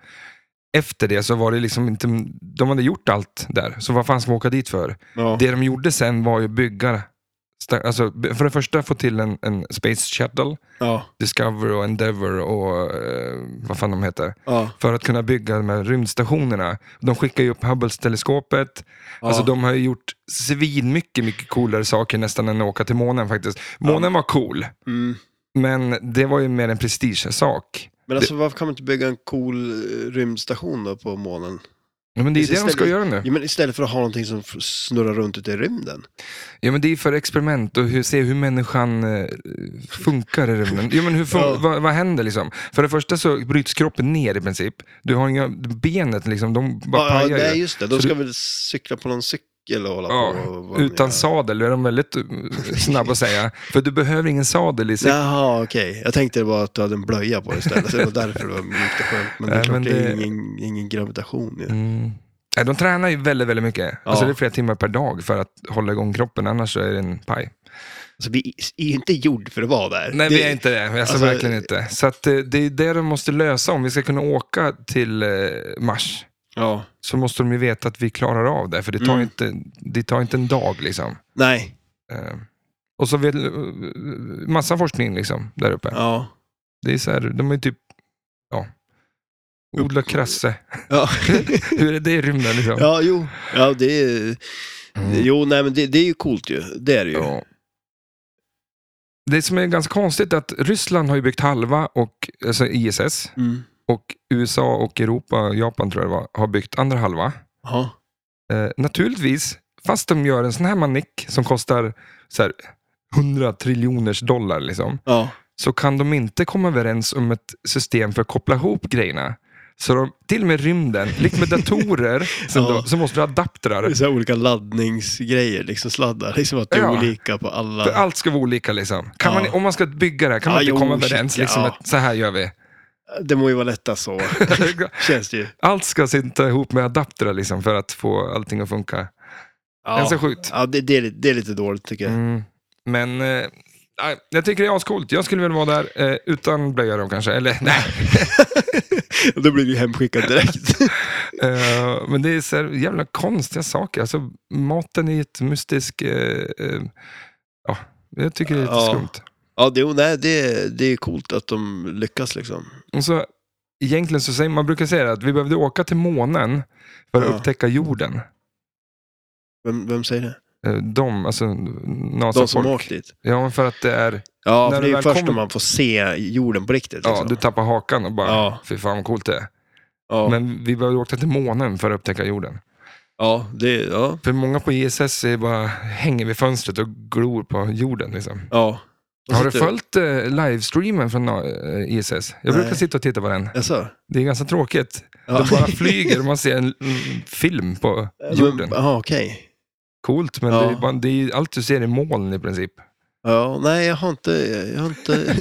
S1: Efter det så var det liksom inte, de hade gjort allt där, så vad fan ska man åka dit för?
S2: ja.
S1: Det de gjorde sen var ju bygga, sta- alltså, för det första få till en, en Space Shuttle,
S2: ja.
S1: Discover och Endeavour och eh, vad fan de heter.
S2: ja.
S1: För att kunna bygga de här rymdstationerna. De skickar ju upp Hubbles-teleskopet. Alltså de har ju gjort svin mycket, mycket coolare saker nästan än att åka till månen faktiskt. Månen var cool,
S2: Mm.
S1: men det var ju mer en prestigesak.
S2: Men alltså varför kan man inte bygga en cool eh, rymdstation då på månen?
S1: Ja, men det är ju
S2: Precis,
S1: det de ska
S2: det-
S1: göra nu.
S2: Ja, men istället för att ha någonting som f- snurrar runt ute i rymden.
S1: Ja, men det är för experiment och hur, se hur människan eh, funkar i rymden. Jo, men hur fun-
S2: Ja.
S1: vad, vad händer liksom? För det första så bryts kroppen ner i princip. Du har inga, benet liksom, de bara
S2: Ja, ja,
S1: pajar ju.
S2: nej, just det. De
S1: Så
S2: ska
S1: du-
S2: väl cykla på någon cykel och hålla
S1: Ja,
S2: på. och vad de
S1: Utan
S2: gör.
S1: sadel är de väldigt eh, snabba att säga. För du behöver ingen sadel i sig.
S2: Jaha, okej. Jag tänkte det var att du hade en blöja på dig istället. Så det var därför det var mjukt och skönt. Men det är
S1: Nej,
S2: klart,
S1: men
S2: det är
S1: det-
S2: ingen, ingen gravitation ju.
S1: Mm. Nej, De tränar ju väldigt, väldigt mycket.
S2: Eh, Ja.
S1: Alltså det är flera timmar per dag för att hålla igång kroppen, annars så är det en paj.
S2: Alltså, vi är ju inte gjord för att vara där.
S1: Nej,
S2: det...
S1: vi är inte det. Alltså,
S2: alltså-
S1: verkligen inte. Så att, eh, det är det de måste lösa om vi ska kunna åka till eh, Mars.
S2: Ja.
S1: så måste de ju veta att vi klarar av det. För det tar,
S2: Mm.
S1: inte, det tar inte en dag liksom.
S2: Nej.
S1: Eh, och så vet, eh, massa forskning liksom där uppe.
S2: Ja.
S1: Det är så här, de är typ, ja. Odla krasse.
S2: Ja.
S1: Hur är det i rymden liksom?
S2: ja, jo. Ja, det är... Jo, nej men det, det är ju coolt ju. Det är det ju.
S1: Mm. Ja. Det som är ganska konstigt är att Ryssland har ju byggt halva, och, alltså ISS,
S2: Mm.
S1: och USA och Europa, Japan tror jag det var, har byggt andra halva.
S2: Ja.
S1: Eh, naturligtvis, fast de gör en sån här manick som kostar så här, 100 triljoners dollar, liksom,
S2: Ja.
S1: så kan de inte komma överens om ett system för att koppla ihop grejerna. Så de, till och med rymden, likt med datorer, som
S2: Ja.
S1: då, så måste du ha adaptrar.
S2: Det är så här olika laddningsgrejer, liksom sladdar. Liksom att det är
S1: Ja.
S2: olika på alla.
S1: För allt ska vara olika. Liksom. Kan man,
S2: Ja.
S1: om man ska bygga det här, kan man
S2: Ja,
S1: inte
S2: jo,
S1: komma
S2: shit,
S1: överens. Liksom,
S2: ja.
S1: att, så här gör vi.
S2: Det må ju vara lättast så, känns det ju.
S1: allt ska sitta ihop med adaptrar liksom, för att få allting att funka. Ganska
S2: Ja,
S1: sjukt.
S2: ja det, det, är, lite- det är lite dåligt tycker jag.
S1: Alltså, Mm. Men eh, nej, jag tycker det är ascoolt. Jag skulle vilja vara där eh, utan blöja då kanske. Eller nej.
S2: Då blir du hemskickad direkt.
S1: Eh, men det är så här jävla konstiga saker. Alltså, maten är ett mystisk... eh, eh, ja, jag tycker det är lite
S2: Ja.
S1: skumt.
S2: ja, det, jo, nej, det, det är coolt att de lyckas liksom.
S1: Och så, egentligen så säger man brukar säga att vi behövde åka till månen för att
S2: Ja.
S1: upptäcka jorden.
S2: Vem, vem säger det?
S1: Eh, De, alltså
S2: De som
S1: NASA-folk.
S2: åkt dit?
S1: Ja, men för att det är...
S2: Ja,
S1: När
S2: för
S1: du
S2: det är
S1: väl
S2: ju först
S1: kommer-
S2: när man får se jorden på riktigt.
S1: Ja,
S2: Liksom.
S1: du tappar hakan och bara,
S2: Ja.
S1: fy fan vad coolt det är.
S2: ja,
S1: Men vi behövde åka till månen för att upptäcka jorden.
S2: ja, det, ja,
S1: För många på ISS är bara, hänger vid fönstret och glor på jorden. Liksom.
S2: ja. Och
S1: Har du
S2: sitter-
S1: följt eh, livestreamen från eh, ISS? Jag
S2: Nej.
S1: brukar sitta och titta på den.
S2: Jaså?
S1: Det är ganska tråkigt.
S2: Ja.
S1: De bara flyger och man ser en mm, film på jorden.
S2: Men- Ja, okej.
S1: Coolt, men
S2: Ja.
S1: det är bara, det är, ju- allt du ser är moln i princip.
S2: Ja, nej, jag har inte... Jag har inte...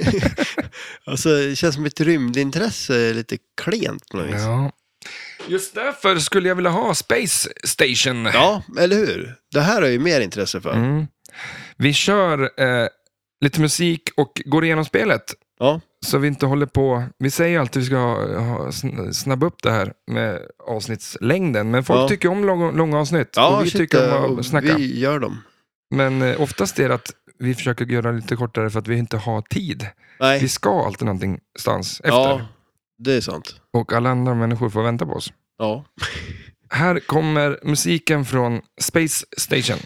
S2: alltså, det känns som mitt rymdintresse är lite klent på något vis.
S1: Ja. Just därför skulle jag vilja ha Space Station.
S2: Ja, eller hur? Det här har jag ju mer intresse för.
S1: Mm. Vi kör eh, lite musik och går igenom spelet.
S2: Ja.
S1: Så vi inte håller på. Vi säger alltid att vi ska ha, ha, sn- snabba upp det här med avsnittslängden. Men folk
S2: Ja.
S1: tycker om lång, långa avsnitt. och vi
S2: shit,
S1: tycker om
S2: och
S1: att snacka.
S2: Vi gör dem.
S1: Men eh, oftast är det att vi försöker göra lite kortare för att vi inte har tid.
S2: Nej,
S1: Vi ska alltid någonstans efter.
S2: ja, det är sant.
S1: Och alla andra människor får vänta på oss.
S2: Ja.
S1: Här kommer musiken från Space Station.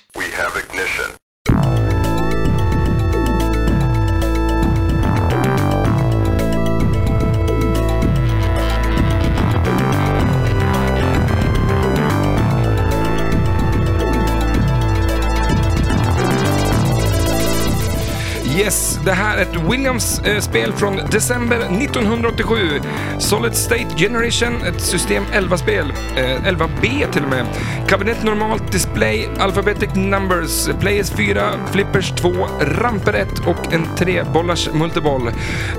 S1: Yes, det här är ett Williams eh, spel från december 1987. Solid State Generation, ett system 11-spel, eh, 11B till och med. Kabinett normalt, display, alphabetic numbers, players 4, flippers 2, ramper 1 och en 3-bollars multiboll.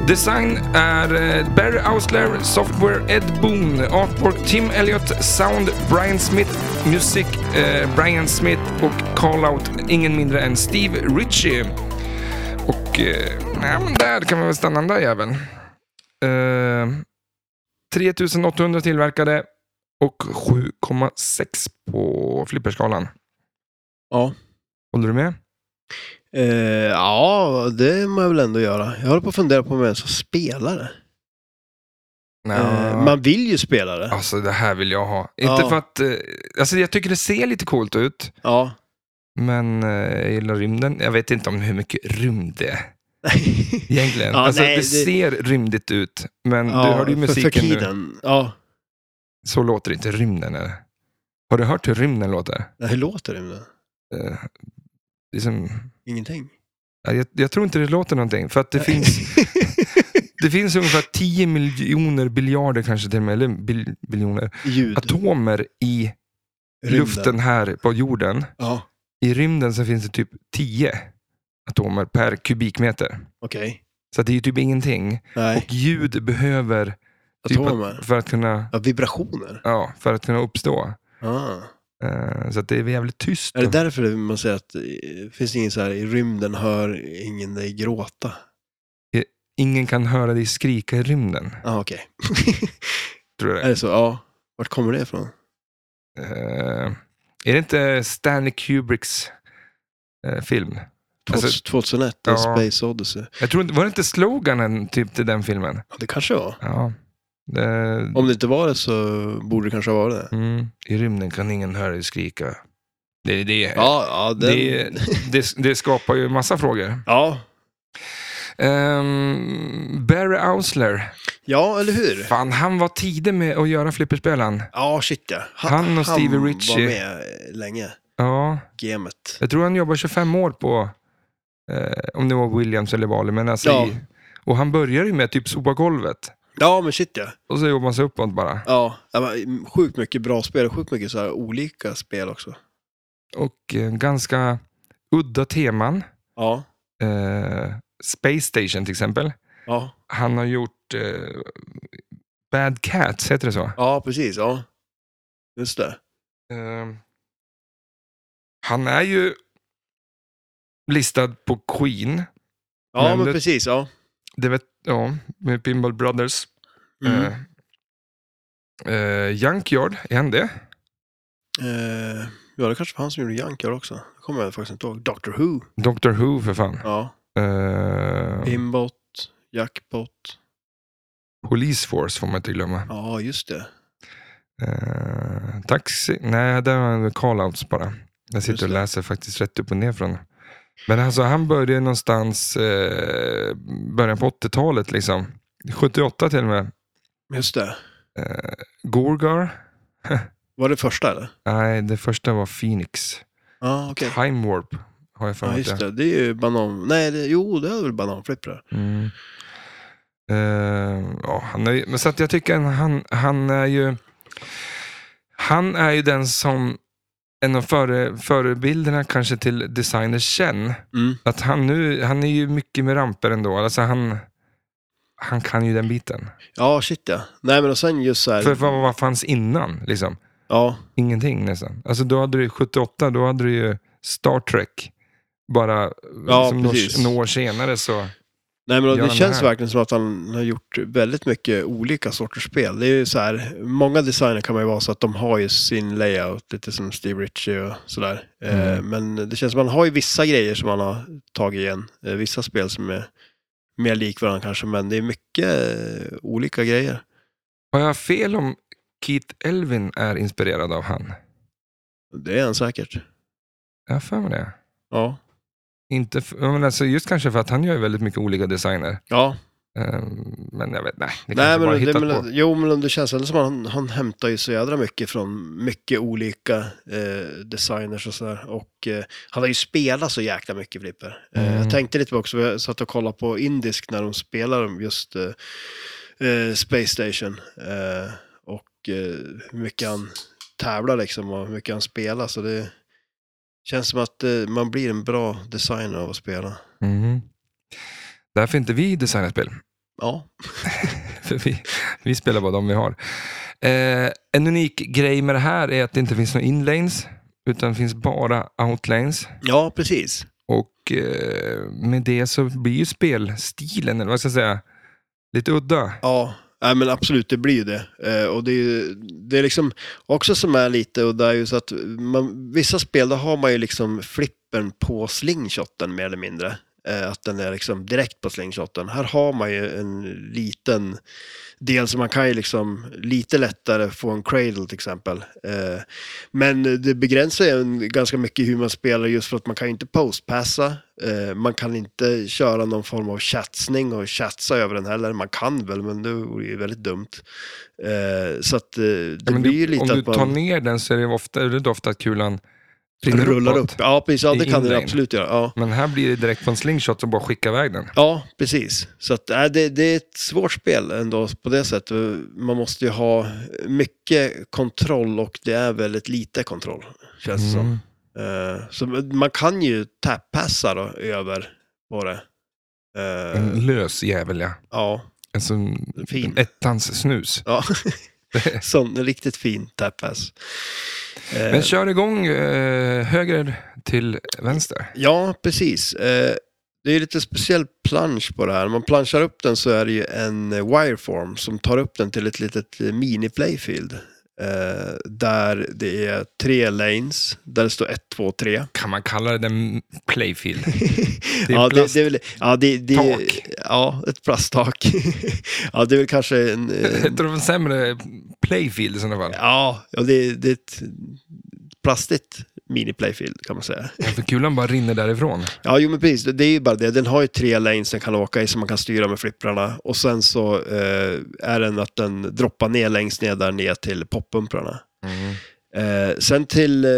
S1: Design är eh, Barry Ausler, software Ed Boon, artwork Tim Elliott, sound Brian Smith, music eh, Brian Smith och callout ingen mindre än Steve Ritchie. Och eh, nej, men där kan man väl stanna den där jäveln. Eh, 3800 tillverkade och 7,6 på flipperskalan.
S2: Ja.
S1: Håller du med?
S2: Eh, ja, det må jag väl ändå göra. Jag håller på att fundera på om jag ens ska spela det. Eh,
S1: Nja.
S2: man vill ju spela det. Ja.
S1: Alltså det här vill jag ha.
S2: Ja.
S1: Inte för att... Eh, alltså jag tycker det ser lite coolt ut, men eh, jag gillar rymden. Jag vet inte om hur mycket rymd det är egentligen.
S2: Ja,
S1: alltså
S2: nej,
S1: det
S2: det-
S1: ser rymdigt ut, men du hörde ju
S2: för, för
S1: musiken nu.
S2: tiden. Ja.
S1: Så låter inte rymden. Eller? Har du hört hur rymden låter?
S2: Ja, Hur låter det? nu?
S1: eh, liksom,
S2: Ingenting.
S1: ja, jag, jag tror inte det låter någonting. För att det, finns, det finns ungefär 10 miljoner biljarder kanske till och med, eller bil, biljoner,
S2: Ljud.
S1: atomer i
S2: Rymden.
S1: luften här på jorden.
S2: Ja,
S1: I rymden så finns det typ 10 atomer per kubikmeter.
S2: okej.
S1: Så att det är ju typ ingenting.
S2: Nej.
S1: Och ljud behöver typ
S2: Atomer.
S1: att, för att kunna
S2: Ja, vibrationer.
S1: Ja, för att kunna uppstå.
S2: Ah.
S1: Eh, så att det är jävligt tyst.
S2: Är det därför det- man säger att eh, finns det ingen så här, i rymden hör ingen dig gråta?
S1: Ingen kan höra dig skrika i rymden.
S2: Ja, ah, okej.
S1: Tror jag.
S2: Är det så? Ja. Vart kommer det ifrån?
S1: Eh, är det inte Stanley Kubricks eh, film? Alltså-
S2: 2001, en
S1: Ja.
S2: Space Odyssey.
S1: Jag tror inte, var det inte sloganen typ till den filmen?
S2: Ja, det kanske var.
S1: Ja. Det,
S2: Om det inte var det så borde det kanske ha varit det.
S1: mm, I rymden kan ingen höra dig skrika. Det, det,
S2: Ja, ja, den...
S1: det, det, det skapar ju massa frågor.
S2: ja.
S1: Um, Barry Ausler,
S2: ja eller hur?
S1: fan han var tidig med att göra flipperspelen.
S2: Ja, shit ja. Ha-
S1: Han och Stevie
S2: var
S1: Ritchie.
S2: med eh, länge,
S1: Ja,
S2: gamet.
S1: jag tror han jobbar 25 år på, eh, om det var Williams eller Wally, men alltså
S2: Ja.
S1: i, Och han började ju med att typ sopa golvet.
S2: Ja, men shit ja.
S1: Och så jobbar man sig uppåt bara.
S2: Ja, ja, men mm, sjukt mycket bra spel och sjukt mycket så här olika spel också.
S1: Och eh, ganska udda teman.
S2: Ja,
S1: Eh, Space Station till exempel.
S2: ja,
S1: Han har gjort eh, Bad Cats, heter det så?
S2: ja precis. Ja. Just det.
S1: Eh, han är ju listad på Queen.
S2: Ja,
S1: Men
S2: men
S1: det-
S2: precis. Ja.
S1: Det vet, ja, med Pinball Brothers.
S2: Mm.
S1: Eh, eh, Junkyard, är han det?
S2: Eh, ja, det kanske var han som gjorde Jankar också. Det kommer jag faktiskt inte ihåg. Doctor Who.
S1: Doctor Who för fan.
S2: Ja.
S1: Eh,
S2: Pimbot, Jackpot.
S1: Police Force får man inte glömma.
S2: Ja, just det.
S1: Eh, taxi? Nej, där var det call-outs bara. Jag
S2: Just
S1: sitter och
S2: det.
S1: läser faktiskt rätt upp och ner från. Men alltså han började någonstans eh, början på 80-talet liksom. 78 till och med.
S2: Just det.
S1: Gorgar?
S2: Var det första eller?
S1: Nej, det första var Phoenix.
S2: Ja, okej.
S1: Time Warp har jag för
S2: Ja,
S1: mig.
S2: just
S1: att det
S2: det. Det är ju banan... Nej, det... jo, det är väl bananflipprar.
S1: är. Mm. Eh, ja, han är, ju- men så att jag tycker han, han är ju han är ju den som en av före, förebilderna kanske till designers Chen.
S2: Mm.
S1: Att han, nu, han är ju mycket med ramper ändå. Alltså han, han kan ju den biten.
S2: Ja, shit ja. Nej, men och sen just så här...
S1: För vad, vad fanns innan? Liksom?
S2: Ja,
S1: Ingenting nästan. Alltså då hade du ju 78, då hade du ju Star Trek. Bara
S2: Ja,
S1: liksom, några,
S2: precis.
S1: några år senare så.
S2: Nej, men
S1: gör
S2: det
S1: han
S2: känns
S1: det här?
S2: verkligen som att han har gjort väldigt mycket olika sorters spel. Det är ju så här, många designer kan man ju vara så att de har ju sin layout, lite som Steve Ritchie och sådär.
S1: Mm.
S2: Eh, men det känns som att han har ju vissa grejer som han har tagit igen. Eh, vissa spel som är mer lik varandra kanske, men det är mycket eh, olika grejer.
S1: Har jag fel om Keith Elvin är inspirerad av han?
S2: Det är han säkert.
S1: Jag har för mig det.
S2: Ja.
S1: Inte för, ja, men alltså just kanske för att han gör ju väldigt mycket olika designer.
S2: Ja,
S1: Ehm, men jag vet, nej. Det
S2: nej
S1: kanske bara
S2: men, det,
S1: hittat
S2: men
S1: på.
S2: jo men det känns ändå som att han, han hämtar ju så jädra mycket från mycket olika eh, designers och sådär. Och eh, han har ju spelat så jäkla mycket flipper. Eh,
S1: Mm.
S2: jag tänkte lite på också, jag satt och kollade på indisk när de spelar just eh, eh, Space Station. Eh, och eh, hur mycket han tävlar liksom och hur mycket han spelar. Så det känns som att eh, man blir en bra designer av att spela.
S1: Mhm. Därför inte vi designar spel.
S2: Ja,
S1: För vi, vi spelar bara de vi har. Eh, en unik grej med det här är att det inte finns några inlanes, utan det finns bara outlanes.
S2: ja precis.
S1: Och eh, med det så blir ju spelstilen, eller vad ska jag säga, lite udda.
S2: Ja, nej, men absolut, det blir ju det. Eh, och det är ju det är liksom också som är lite, och det är ju så att man, vissa spel, då har man ju liksom flippen på slingshotten mer eller mindre. Eh, att den är liksom direkt på slingshotten. Här har man ju en liten del, så man kan ju liksom lite lättare få en cradle till exempel. Eh, men det begränsar ju en ganska mycket hur man spelar just för att man kan ju inte postpassa. Eh, man kan inte köra någon form av chatsning och chatsa över den heller. Man kan väl, men det vore ju väldigt dumt. Eh, så att eh, det
S1: Ja, men
S2: blir
S1: du-
S2: ju lite
S1: om du
S2: att man...
S1: tar ner den så är det ofta, är det ofta att kulan rinner
S2: rullar
S1: uppåt.
S2: upp. Ja, precis. Ja,
S1: i
S2: det kan det
S1: inlane.
S2: absolut göra. Ja.
S1: Men här blir det direkt från slingshot och bara skicka iväg den.
S2: Ja, precis. Så att, äh, det, det är ett svårt spel ändå på det sättet. Man måste ju ha mycket kontroll och det är väldigt lite kontroll, känns det som.
S1: Mm.
S2: Eh, så man kan ju tappassa då över på det. Eh,
S1: En lös jävel, ja.
S2: Ja,
S1: Alltså, en-
S2: Fin.
S1: ettans snus.
S2: ja. sån riktigt fin tappass. Eh,
S1: Men kör igång eh, höger till vänster.
S2: Ja, precis. Eh, Det är lite speciell plansch på det här. När man planschar upp den så är det ju en eh, wireform som tar upp den till ett litet eh, mini-playfield. eh, där det är tre lanes, där det står 1, 2, 3.
S1: Kan man kalla det en playfield? Det är
S2: Ja, det,
S1: plast-
S2: det är väl, ja, det, det,
S1: Tak.
S2: ja, ett plasttak. ja, det är väl kanske en... eh,
S1: Heter det en sämre playfield i sådana fall?
S2: Ja, ja det, det är ett plastigt mini-playfield kan man säga.
S1: Ja, För kulan bara rinner därifrån.
S2: Ja, jo men precis. Det det är ju bara det. Den har ju tre lanes den kan åka i som man kan styra med flipprarna. Och sen så eh, är den att den droppar ner längst ner där ner till poppumprarna. Eh, sen till eh,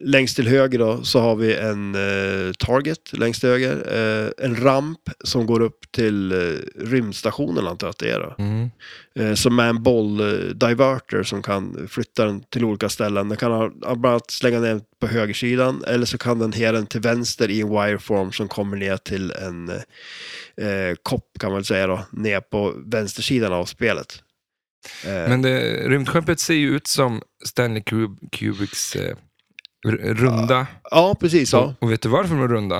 S2: längst till höger då så har vi en eh, target längst till höger. Eh, en ramp som går upp till eh, rymdstationen antar jag att det är då.
S1: Mm.
S2: Eh, som är en boll eh, diverter som kan flytta den till olika ställen. Den kan ha, ha bland annat slänga ner den på högersidan eller så kan den hela den till vänster i en wireform som kommer ner till en eh, kopp kan man väl säga då, ner på vänstersidan av spelet. Eh,
S1: Men det, rymdskeppet ser ju ut som Stanley Kub- Kubricks eh, r- runda.
S2: ja, precis. Ja.
S1: Och, och vet du varför de är runda?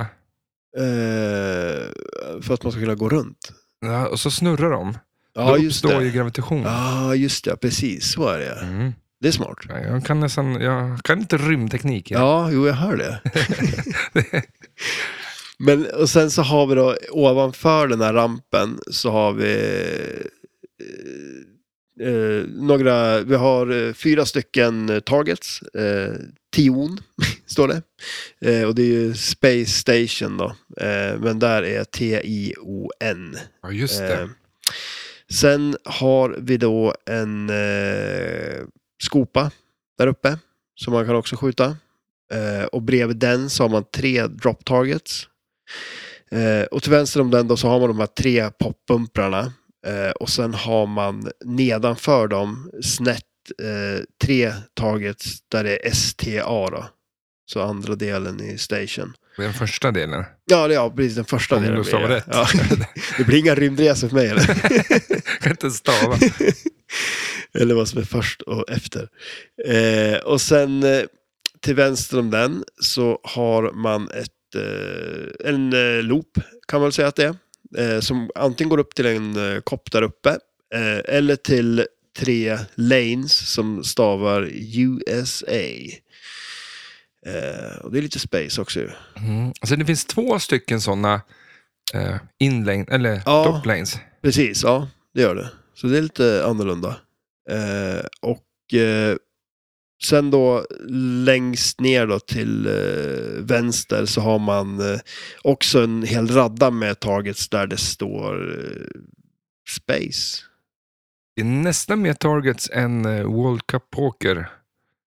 S2: Eh, för att man ska kunna gå runt.
S1: Ja, och så snurrar de.
S2: Ja,
S1: Då
S2: just
S1: uppstår ju
S2: det.
S1: gravitation.
S2: Ja, just det. Precis, så är det.
S1: Mm.
S2: Det är smart.
S1: Ja, Jag kan nästan, jag kan inte rymdteknik. jag.
S2: Ja, jo, jag hör det. Men och sen så har vi då ovanför den här rampen så har vi eh, eh, några, vi har eh, fyra stycken eh, targets. Eh, Tion står det. Eh, och det är ju Space Station då. Eh, men där är T-I-O-N.
S1: Ja, just det.
S2: Eh, sen har vi då en eh, skopa där uppe som man kan också skjuta. Eh, och bredvid den så har man tre drop targets. Eh, och till vänster om den då så har man de här tre poppumprarna. Eh, och sen har man nedanför dem snett eh, tre targets där det är STA då. Så andra delen i station.
S1: Den första delen.
S2: Ja, det är ja, precis den första
S1: Om du
S2: delen. blir
S1: stavar
S2: det.
S1: rätt.
S2: Ja. Det blir inga rymdresor för mig eller?
S1: Jag kan inte stava.
S2: Eller vad som är först och efter. Eh, och sen eh, till vänster om den så har man ett, eh, en eh, loop, kan man väl säga att det är. Eh, som antingen går upp till en eh, kopp där uppe. Eh, eller till tre lanes som stavar USA. Eh, och det är lite space också ju.
S1: Mm. Alltså det finns två stycken sådana eh, inlane, eller
S2: Ja.
S1: docklanes.
S2: Precis, ja det gör det. Så det är lite annorlunda. Eh, och eh, sen då längst ner då till eh, vänster så har man eh, också en hel radda med targets där det står eh, Space.
S1: Det är nästan mer targets än eh, World Cup Poker.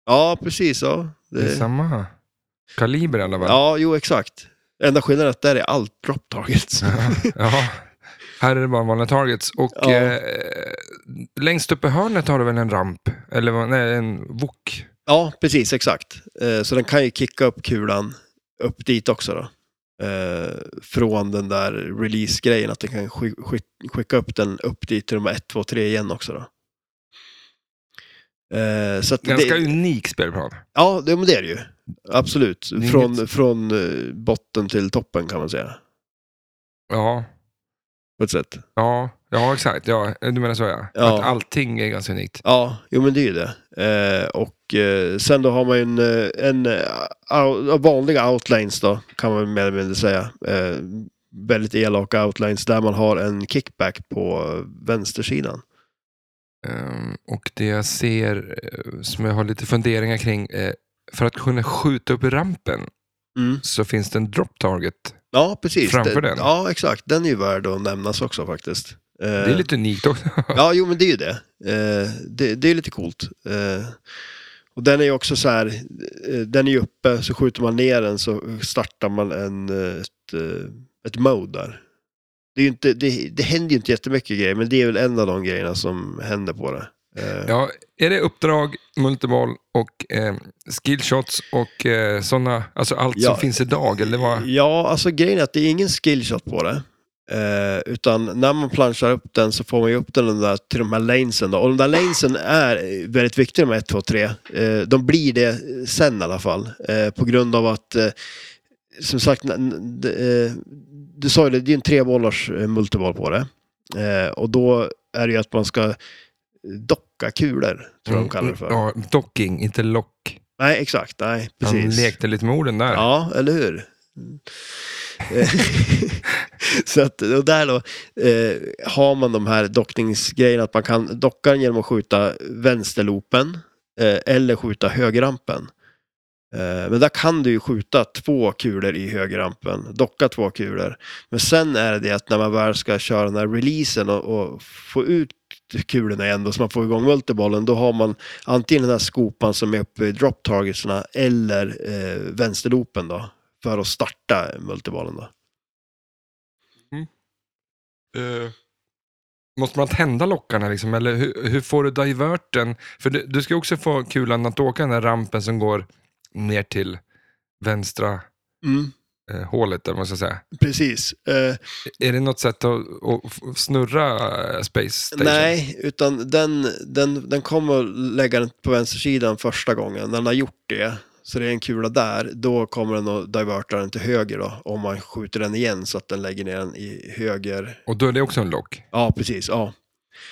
S2: Ja, precis. Ja,
S1: Det är
S2: det,
S1: samma kaliber i alla fall.
S2: ja jo exakt. Enda skillnaden är att där är allt drop targets.
S1: Ja, ja. Här är det bara vanliga targets. Och
S2: Ja.
S1: eh, längst upp i hörnet har du väl en ramp? Eller vad- nej, en wok?
S2: Ja, precis, exakt. Eh, Så den kan ju kicka upp kulan upp dit också då. Eh, Från den där release-grejen, att den kan sk- skick- skicka upp den upp dit till de här 1, 2, 3 igen också då. Eh, Så att
S1: Ganska
S2: det,
S1: unik spelplan.
S2: ja, det, men det är det ju. Absolut.
S1: är
S2: Från,
S1: inget-
S2: från eh, botten till toppen kan man säga.
S1: Ja,
S2: På ett sätt.
S1: ja, ja exakt. Ja, du menar så ja.
S2: Ja.
S1: Att allting är ganska unikt.
S2: Ja, jo men det är ju det. Eh, och eh, sen då har man ju en, eh, en eh, au- vanliga outlanes då, kan man mer eller mindre säga. Eh, väldigt elaka outlanes där man har en kickback på vänstersidan.
S1: Ehm, och det jag ser, eh, som jag har lite funderingar kring, eh, för att kunna skjuta upp i rampen
S2: Mm.
S1: så finns det en drop target.
S2: Ja, precis.
S1: Framför den.
S2: Ja, exakt. Den är ju värd att nämnas också faktiskt. Eh,
S1: Det är lite unikt också.
S2: Ja, jo men det är ju det. Eh, det, det är lite coolt. Eh, och den är ju också så här, eh, den är ju uppe, så skjuter man ner den så startar man en, eh, ett, eh, ett mode där. Det, är ju inte, det, det händer ju inte jättemycket grejer, men det är väl en av de grejerna som händer på det. Eh,
S1: Ja, är det uppdrag, multiboll och eh, skillshots och eh, sådana, alltså allt
S2: Ja.
S1: som finns idag? Eller vad?
S2: Ja, alltså grejen är att det är ingen skillshot på det. Eh, utan när man planchar upp den så får man ju upp den där, till de här lanesen. Då. Och de där lanesen är eh, väldigt viktiga, de här 1, 2, 3. Eh, de blir det sen i alla fall. Eh, på grund av att, eh, som sagt, n- n- d- eh, du sa ju det, det är en trebollars eh, multiboll på det. Eh, och då är det ju att man ska docka docka kulor, tror jag de kallar det för.
S1: Mm, Ja, docking, inte lock.
S2: Nej, exakt. Nej,
S1: Han
S2: precis.
S1: lekte lite med orden där.
S2: Ja, eller hur? Eh, så att, och där då eh, har man de här dockningsgrejerna, att man kan docka den genom att skjuta vänsterlopen eh, eller skjuta högerrampen. Eh, men där kan du ju skjuta två kulor i högerrampen, docka två kulor. Men sen är det det att när man väl ska köra den här releasen och, och få ut kulorna igen då, så man får igång multibollen, då har man antingen den här skopan som är uppe i drop targetsna eller eh, vänsterloopen då, för att starta multibollen då.
S1: Eh, måste man tända lockarna liksom? Eller hur, hur får du diverten? För du, du ska också få kulan att åka den där rampen som går ner till vänstra eh, hålet, eller vad man ska säga.
S2: Mm, Precis. Eh,
S1: Är det något sätt att, att f- snurra eh, Space Station?
S2: nej, utan den, den, den kommer att lägga den på vänstersidan första gången. När den har gjort det, så det är en kula där, då kommer den att diverta den till höger då, om man skjuter den igen så att den lägger ner den i höger.
S1: Och då är det också en lock.
S2: Ja, precis. Ja.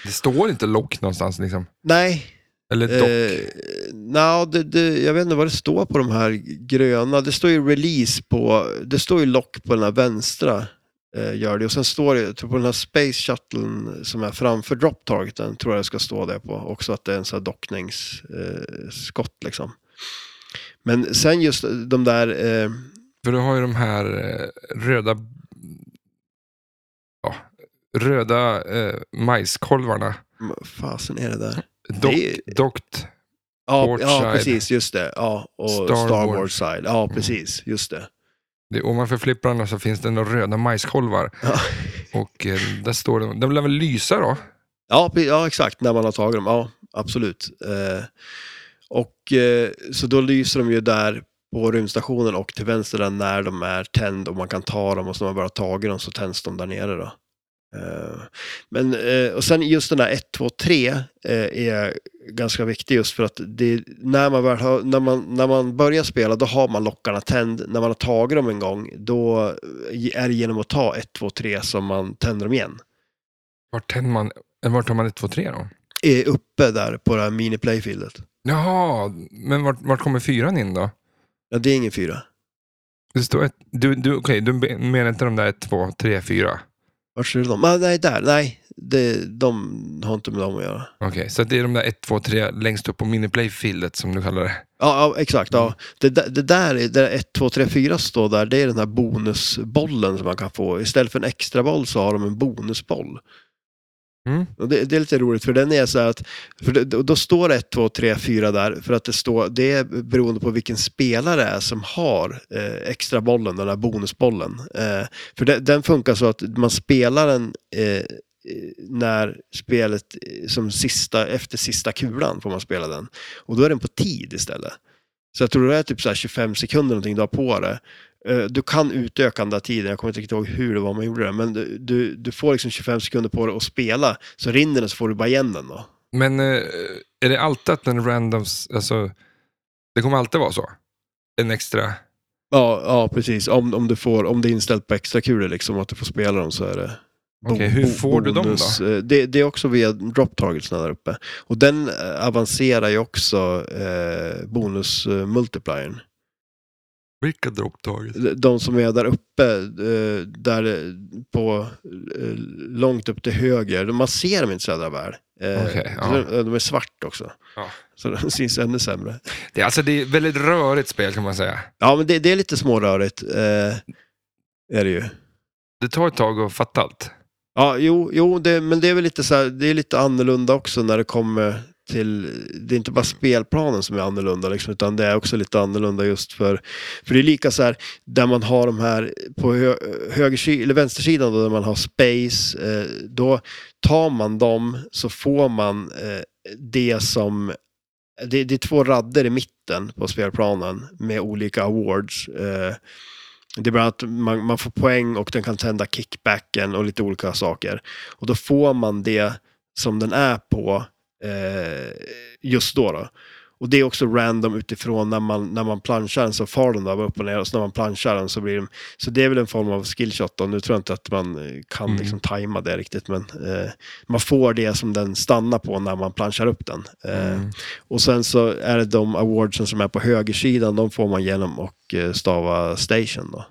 S1: Det står inte lock någonstans liksom.
S2: Nej,
S1: Eller dock.
S2: Eh, nja, det, det, jag vet inte vad det står på de här gröna. Det står ju release på, det står ju lock på den här vänstra. Eh, gör det. Och sen står det, jag tror på den här space shuttlen som är framför drop targeten, tror jag det ska stå det på. Också att det är en sån här dockningsskott eh, skott liksom. Men sen just de där, eh,
S1: För du har ju de här eh, röda ja, röda eh, majskolvarna.
S2: vad fasen är det där?
S1: Dock,
S2: Det-
S1: Dockt.
S2: Ja,
S1: Port
S2: ja
S1: side.
S2: precis, just det. Ja, och
S1: Starboard.
S2: starboard, side. Ja, precis, just det.
S1: Det är ovanför flipprarna så finns det några röda majskolvar.
S2: Ja.
S1: Och eh, där står de. De lär väl lysa då?
S2: Ja, pre- ja, exakt. När man har tagit dem. Ja, absolut. Eh, och eh, så då lyser de ju där på rymdstationen och till vänster där när de är tänd och man kan ta dem och så när man bara har tagit dem så tänds de där nere då. Eh, men, eh, och sen just den där 1, 2, 3 eh, är ganska viktig just för att det, när, man väl har, när, man, när man börjar spela då har man lockarna tänd. När man har tagit dem en gång då eh, är det genom att ta 1, 2, 3 som man tänder dem igen.
S1: Vart, tänder man, eller vart tar man 1, 2, 3 då?
S2: är uppe där på det här mini-playfieldet.
S1: Jaha, men vart, vart kommer fyran in då?
S2: Ja, det är ingen fyra.
S1: Det står ett, du, du, okej, du menar inte de där 1, 2, 3, 4?
S2: Vart ser du dem? Ah, nej, där. Nej, det, de har inte med dem att göra.
S1: Okej, så det är de där 1, 2, 3 längst upp på miniplayfieldet som du kallar det.
S2: Ja, ja exakt. Ja. Det, där- det där, är- det där 1, 2, 3, 4 står där, det är den här bonusbollen som man kan få. Istället för en extra boll så har de en bonusboll.
S1: Mm.
S2: Och det, det är lite roligt för den är så här att, för det, då står det 1, 2, 3, 4 där för att det står, det är beroende på vilken spelare det är som har eh, extra bollen, den här bonusbollen. Eh, för de, den funkar så att man spelar den eh, eh, när spelet eh, som sista, efter sista kulan får man spela den. Och då är den på tid istället. Så jag tror det är typ så här 25 sekunder någonting du har på det. Eh, Du kan utöka den där tiden, jag kommer inte riktigt ihåg hur det var man gjorde det, men du, du, du får liksom 25 sekunder på dig att spela, så rinner den så får du bara igen den då.
S1: Men eh, är det alltid att den randoms, alltså, det kommer alltid vara så? En extra,
S2: Ja, ja precis. Om, om, du får, om det är inställt på extra kulor liksom, att du får spela dem så är det...
S1: Okej, hur får du dem
S2: då? Det, det är också via drop targetsna där uppe. Och den eh, avancerar ju också eh, bonus-multipliern.
S1: vilka dropptaget?
S2: de som är där uppe, eh, där på eh, långt upp till höger, man ser dem inte så jävla väl. Eh,
S1: Okej,
S2: så
S1: ja.
S2: de, de är svart också.
S1: Ja.
S2: Så de syns ännu sämre.
S1: Det, är- alltså, det är ett väldigt rörigt spel kan man säga.
S2: Ja, men det, det är lite smårörigt. Eh, är det ju.
S1: Det tar ett tag att fatta allt.
S2: Ja, jo, jo det, men det är väl lite så här, det är lite annorlunda också när det kommer till, det är inte bara spelplanen som är annorlunda liksom, utan det är också lite annorlunda just för, för det är lika så här, där man har de här på hö, höger, eller vänstersidan då, där man har space, eh, då tar man dem så får man eh, det som det, det är två radder i mitten på spelplanen med olika awards. Eh, det är bland annat man, man får poäng och den kan tända kickbacken och lite olika saker. Och då får man det som den är på eh, just då. då. Och det är också random utifrån när man, när man planchar den så far de där bara upp och ner och så när man planchar den så blir de... Så det är väl en form av skillshot då. Nu tror jag inte att man eh, kan liksom tajma det riktigt men eh, man får det som den stannar på när man planchar upp den. Eh,
S1: Mm.
S2: Och sen så är det de awardsen som är på högersidan, de får man genom och eh, stava station då.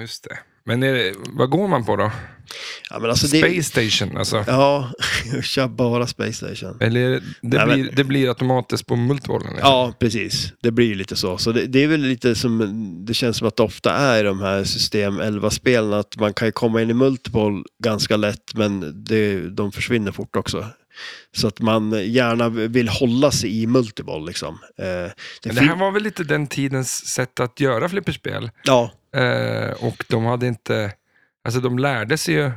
S1: Just det. Men är det, vad går man på då?
S2: Ja, men alltså det,
S1: Space Station alltså?
S2: Ja, kör bara Space Station.
S1: Eller är det, det,
S2: Nej, men-
S1: blir, det blir automatiskt på multibollen? liksom?
S2: Ja, precis. Det blir ju lite så. Så det, det är väl lite som, det känns som att det ofta är i de här system 11-spelen, att man kan ju komma in i multiple ganska lätt, men det, de försvinner fort också. Så att man gärna vill hålla sig i multiple liksom. Eh, det
S1: Men
S2: fin-
S1: det här var väl lite den tidens sätt att göra flipperspel?
S2: Ja.
S1: Eh, och de hade inte... Alltså de lärde sig ju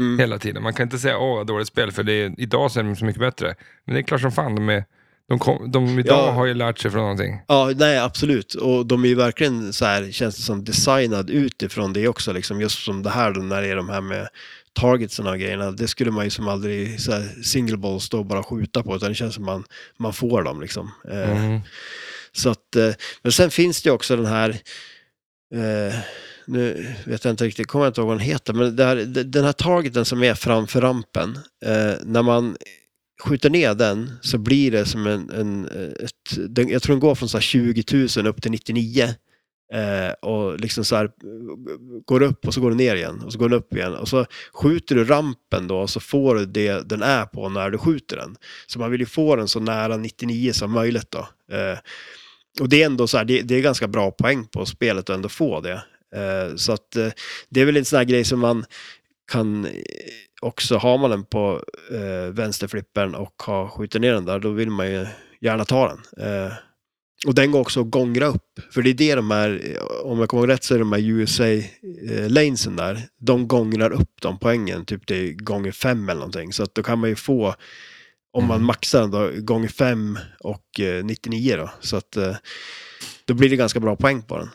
S2: Mm.
S1: hela tiden. Man kan inte säga åh vad dåligt spel, för det är, idag så är de så mycket bättre. Men det är klart som fan, de, är, de, kom, de idag
S2: Ja.
S1: har ju lärt sig från någonting.
S2: Ja, nej absolut. Och de är ju verkligen så här, känns det som, designad utifrån det också. Liksom. Just som det här då, när det är de här med targetsen och grejerna. Det skulle man ju som aldrig, så här, single balls stå och bara skjuta på, utan det känns som man, man får dem liksom. Eh,
S1: Mm.
S2: så att, eh, men sen finns det ju också den här, eh, nu vet jag inte riktigt, kommer jag inte ihåg vad den heter, men det här, d- den här targeten som är framför rampen, eh, när man skjuter ner den så blir det som en, en eh, ett, den, jag tror den går från så här 20 000 upp till 99. Eh, och liksom så här eh, går upp och så går den ner igen och så går den upp igen och så skjuter du rampen då så får du det den är på när du skjuter den. Så man vill ju få den så nära 99 som möjligt då. Eh, och det är ändå så här, det, det är ganska bra poäng på spelet att ändå få det. Eh, så att eh, det är väl en sån här grej som man kan eh, också, har man den på eh, vänsterflippern och har skjutit ner den där, då vill man ju gärna ta den. Eh, och den går också att gångra upp, för det är det de här, eh, om jag kommer ihåg rätt så är de här USA-lanesen eh, där, de gångrar upp de poängen, typ till gånger fem eller någonting. Så att då kan man ju få, om man maxar den då, gånger fem och eh, 99 då. Så att eh, då blir det ganska bra poäng på den.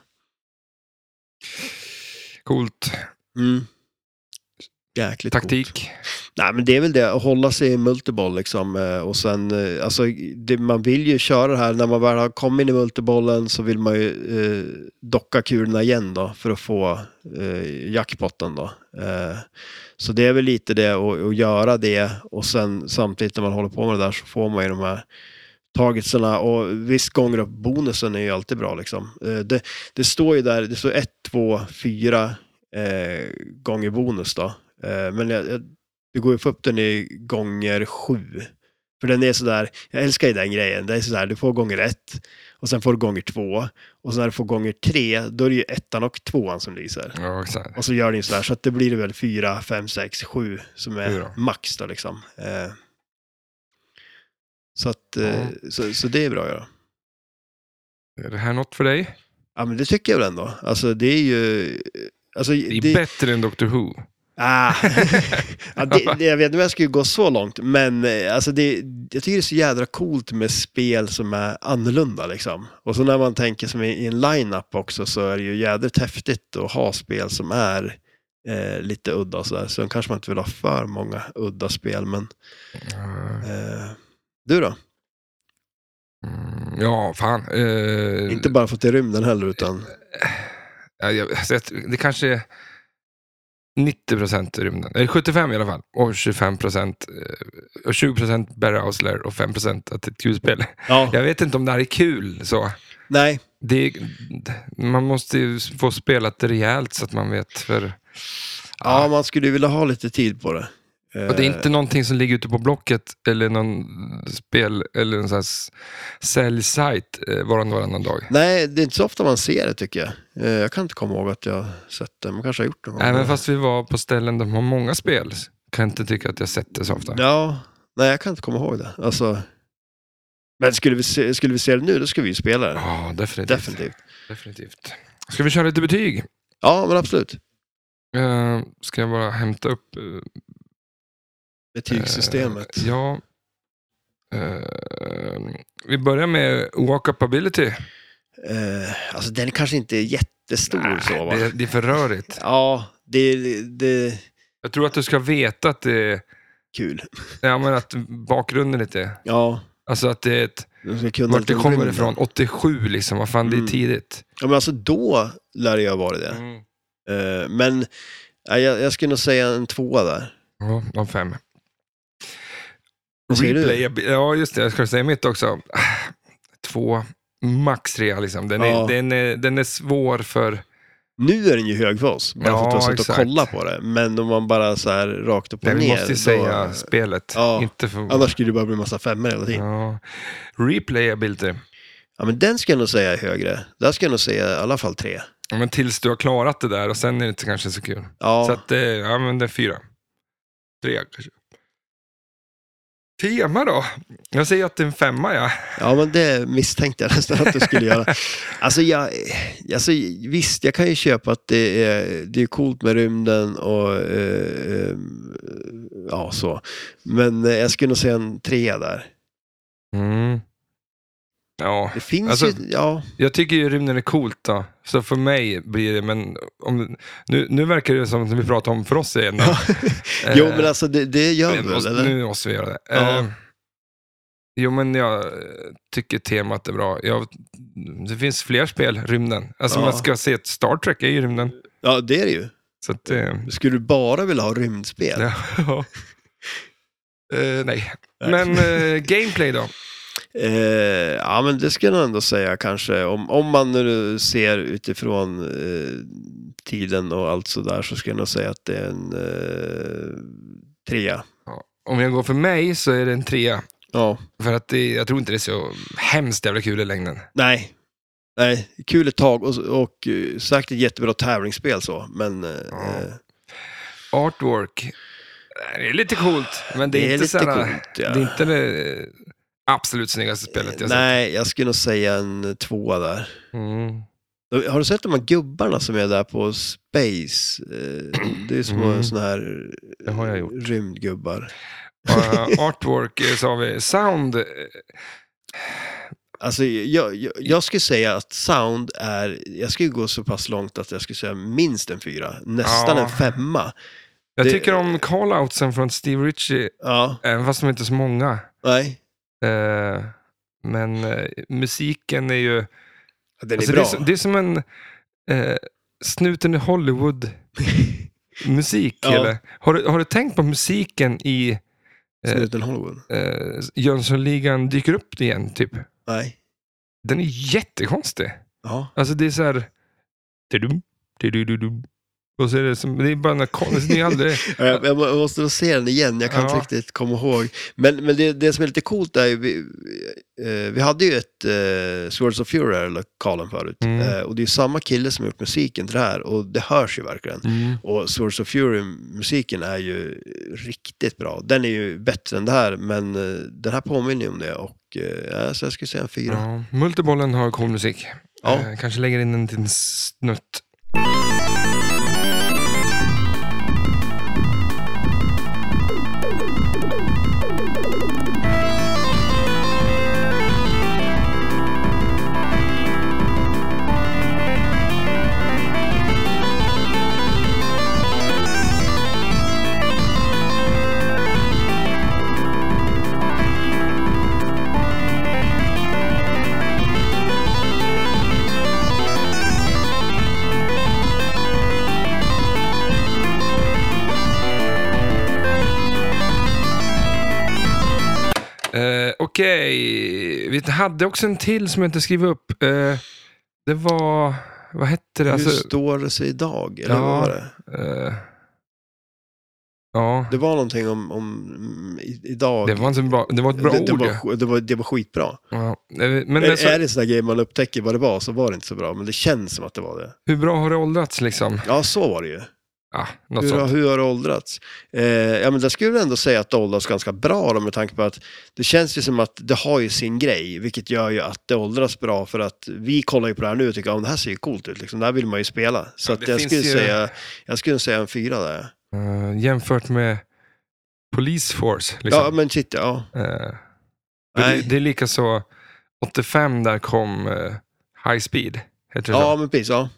S1: Coolt.
S2: Mm. Jäkligt coolt.
S1: Taktik.
S2: Nej, men det är väl det, att hålla sig i multiboll liksom. eh, Och sen, eh, alltså, det, man vill ju köra det här, när man väl har kommit in i multibollen så vill man ju eh, docka kulorna igen då för att få eh, jackpotten då. Eh, så det är väl lite det, och, och göra det och sen samtidigt när man håller på med det där så får man ju de här targetsarna och visst gånger upp bonusen är ju alltid bra liksom. Eh, det, det står ju där, det står 1, 2, 4 eh, gånger bonus då. Eh, men jag, jag du går ju att få upp den i gånger sju. För den är sådär, jag älskar ju den grejen, det är sådär, du får gånger ett och sen får du gånger två och sen när du får gånger tre, då är det ju ettan och tvåan som lyser.
S1: Ja, exakt.
S2: Och så gör den ju sådär, så att det blir det väl fyra, fem, sex, sju som är
S1: Sju då.
S2: max då liksom. Eh, så att, eh,
S1: Ja.
S2: så, så det är bra att göra.
S1: Är det här något för dig?
S2: Ja men det tycker jag väl ändå. Alltså det är ju, alltså
S1: Det är
S2: det-
S1: bättre än Doctor Who.
S2: Ah. ja, det, det, jag vet inte om jag skulle gå så långt, men eh, alltså det, jag tycker det är så jädra coolt med spel som är annorlunda. Liksom. Och så när man tänker som i, i en line-up också så är det ju jädrigt häftigt att ha spel som är eh, lite udda och sådär. Sen kanske man inte vill ha för många udda spel, men eh, du då?
S1: Mm, ja, fan. Eh,
S2: Inte bara fått i rymden heller, utan
S1: ja, jag, alltså, jag, det kanske är 90 procent rymden. Eller 75 i alla fall. Och 25 procent. eh, Och 20 procent Barry Housler och 5 procent att det är ett kul spel.
S2: ja,
S1: Jag vet inte om det här är kul. så.
S2: nej,
S1: Det, är- man måste ju få spelat rejält så att man vet. För,
S2: ja, man skulle ju vilja ha lite tid på det.
S1: Och det är
S2: Eh,
S1: inte någonting som ligger ute på Blocket eller någon spel eller en sån här s- säljsajt eh, varann varannan dag.
S2: Nej, det är inte så ofta man ser det tycker jag. Eh, Jag kan inte komma ihåg att jag sett det, men kanske har gjort det någon
S1: Även
S2: gång.
S1: fast vi var på ställen där de har många spel kan jag inte tycka att jag sett det så ofta.
S2: Ja, nej jag kan inte komma ihåg det. Alltså... Men skulle vi, se, skulle vi se det nu, då skulle vi ju spela det.
S1: Ja, definitivt.
S2: Definitivt.
S1: definitivt. Ska vi köra lite betyg?
S2: Ja, men absolut.
S1: Eh, ska jag bara hämta upp... eh,
S2: Betygssystemet.
S1: eh, ja. Eh, vi börjar med walk-up-ability.
S2: Eh, alltså den kanske inte är jättestor så va?
S1: det, det är för rörigt.
S2: Ja, det är, det är
S1: Jag tror att du ska veta att det är...
S2: kul.
S1: Ja, men att bakgrunden lite.
S2: Ja,
S1: Alltså att det är ett,
S2: De ska kunna
S1: vart
S2: lite
S1: det
S2: om
S1: kommer
S2: rymden.
S1: ifrån. 87 liksom, vad fan det är
S2: Mm.
S1: tidigt.
S2: Ja, men alltså då lär jag vara det.
S1: Mm.
S2: Eh, men ja, jag, jag skulle nog säga en tvåa där.
S1: Ja, de fem.
S2: Vad säger du?
S1: Replay, ja just det, jag skulle säga mitt också. Två, max tre liksom. Den är,
S2: Ja.
S1: den är, den är svår för...
S2: Nu är den ju hög för oss, bara för att vi
S1: Ja,
S2: har suttit och
S1: exakt.
S2: kollat på det. Men om man bara så här rakt upp och
S1: Nej, vi
S2: ner.
S1: måste ju säga
S2: Då,
S1: spelet.
S2: Ja,
S1: Inte för...
S2: annars skulle det bara bli en massa femmor hela tiden. Ja.
S1: ja. Replayability.
S2: men den ska jag nog säga är högre. Där ska jag nog säga i alla fall tre.
S1: Ja, men tills du har klarat det där och sen är det inte kanske så kul.
S2: Ja,
S1: Så att, eh, ja men det är fyra. Tre kanske. Tema då? Jag säger att det är en femma ja.
S2: ja men det misstänkte jag nästan att du skulle göra. Alltså, jag, alltså visst, jag kan ju köpa att det är, det är coolt med rymden och eh, eh, ja, så. Men eh, jag skulle nog säga en trea där.
S1: Mm. Ja,
S2: Det finns
S1: Alltså-
S2: ju, ja.
S1: jag tycker ju rymden är coolt då. Så för mig blir det, men om, nu, nu verkar det som att vi pratar om för oss igen. då. Eh,
S2: Jo, men alltså det, det gör vi
S1: men
S2: väl,
S1: måste,
S2: eller?
S1: nu måste vi göra det.
S2: Ja.
S1: Eh, jo, men jag eh, tycker temat är bra. Jag, det finns fler spel, rymden. Alltså
S2: Ja.
S1: man ska se ett Star Trek är ju rymden.
S2: Ja, det är det ju.
S1: Så att, eh,
S2: Skulle du bara vilja ha rymdspel?
S1: Ja. Eh, nej.
S2: Nej.
S1: Men eh, gameplay då?
S2: Eh, ja, men det skulle jag ändå säga kanske. Om, om man nu ser utifrån eh, tiden och allt sådär så skulle jag nog säga att det är en eh, trea.
S1: Om jag går för mig så är det en trea.
S2: Ja,
S1: För att det, jag tror inte det är så hemskt jävla kul i längden.
S2: nej. Nej, kul ett tag och, och eh, säkert ett jättebra tävlingsspel så, men eh,
S1: Ja.
S2: eh,
S1: Artwork. Det är lite coolt, men det är, inte
S2: lite
S1: så här,
S2: coolt. Ja.
S1: Det är inte det absolut snyggaste spelet jag sett.
S2: nej, jag skulle nog säga en tvåa där.
S1: Mm.
S2: Har du sett de här gubbarna som är där på Space? Eh, Det är små
S1: Mm.
S2: såna här eh,
S1: Det har jag gjort.
S2: rymdgubbar.
S1: Eh, artwork eh, sa vi. Sound. eh,
S2: Alltså, jag, jag, jag skulle säga att sound är, jag skulle gå så pass långt att jag skulle säga minst en fyra, nästan
S1: Ja.
S2: en femma.
S1: Jag
S2: Det-
S1: tycker om call-outsen från Steve Ritchie,
S2: Ja,
S1: även fast de är inte är så många.
S2: nej.
S1: Eh, men eh, musiken är ju...
S2: Den är
S1: Alltså, det,
S2: bra.
S1: är, som- det är som en eh, snuten i Hollywood-musik.
S2: Ja.
S1: eller? Har, du, har du tänkt på musiken i
S2: Snuten Hollywood.
S1: eh, Jönssonligan dyker upp igen? typ?
S2: Nej.
S1: Den är jättekonstig.
S2: Ja.
S1: Alltså det är så här... Tidum, tidududum. Och så är det, som, det är bara något konstigt. Det är aldrig,
S2: Ja, Eh, Jag, jag må- jag måste nog se den igen, jag kan
S1: Ja.
S2: inte riktigt komma ihåg. Men, men det, det som är lite coolt är ju, vi, eh, vi hade ju ett eh, Swords of Fury här i lokalen förut.
S1: Mm.
S2: Eh, och det är ju samma kille som har gjort musiken till det här och det hörs ju verkligen.
S1: Mm.
S2: Och Swords of Fury-musiken är ju riktigt bra. Den är ju bättre än det här, men eh, den här påminner ju om det. Och, eh, ja, så jag skulle säga en fyra.
S1: ja, multibollen har cool musik.
S2: Ja.
S1: Eh, kanske lägger in en liten snutt. Eh, Okej, vi hade också en till som jag inte skrev upp. Eh, det var, vad hette det?
S2: Hur
S1: Alltså,
S2: står det sig idag? Eller
S1: Ja.
S2: vad var det?
S1: eh, ja,
S2: Det var någonting om, om mm, i- idag.
S1: det var, inte så bra, det var ett bra
S2: det, det,
S1: ord.
S2: var,
S1: ja.
S2: sk- det, var, det var skitbra.
S1: Ja. Eh, Men
S2: är,
S1: alltså,
S2: är det en sån där grej man upptäcker vad det var så var det inte så bra, men det känns som att det var det.
S1: hur bra har det åldrats liksom?
S2: Ja, så var det ju.
S1: Ah, något
S2: Hur, har-
S1: sånt.
S2: hur har det åldrats? Eh, ja, men där skulle jag ändå säga att det åldras ganska bra då, med tanke på att det känns ju som att det har ju sin grej, vilket gör ju att det åldras bra för att vi kollar ju på det här nu och tycker att det här ser ju coolt ut, liksom. det här vill man ju spela. Så
S1: Ja,
S2: att
S1: det
S2: jag,
S1: finns
S2: skulle
S1: ju-
S2: säga, jag skulle säga en fyra där.
S1: Eh, jämfört med Police Force.
S2: Ja,
S1: Liksom.
S2: men shit, ja.
S1: Eh, men det,
S2: Nej.
S1: det är lika så, 85 där kom eh, High Speed. Heter det så?
S2: Ja, men precis, ja.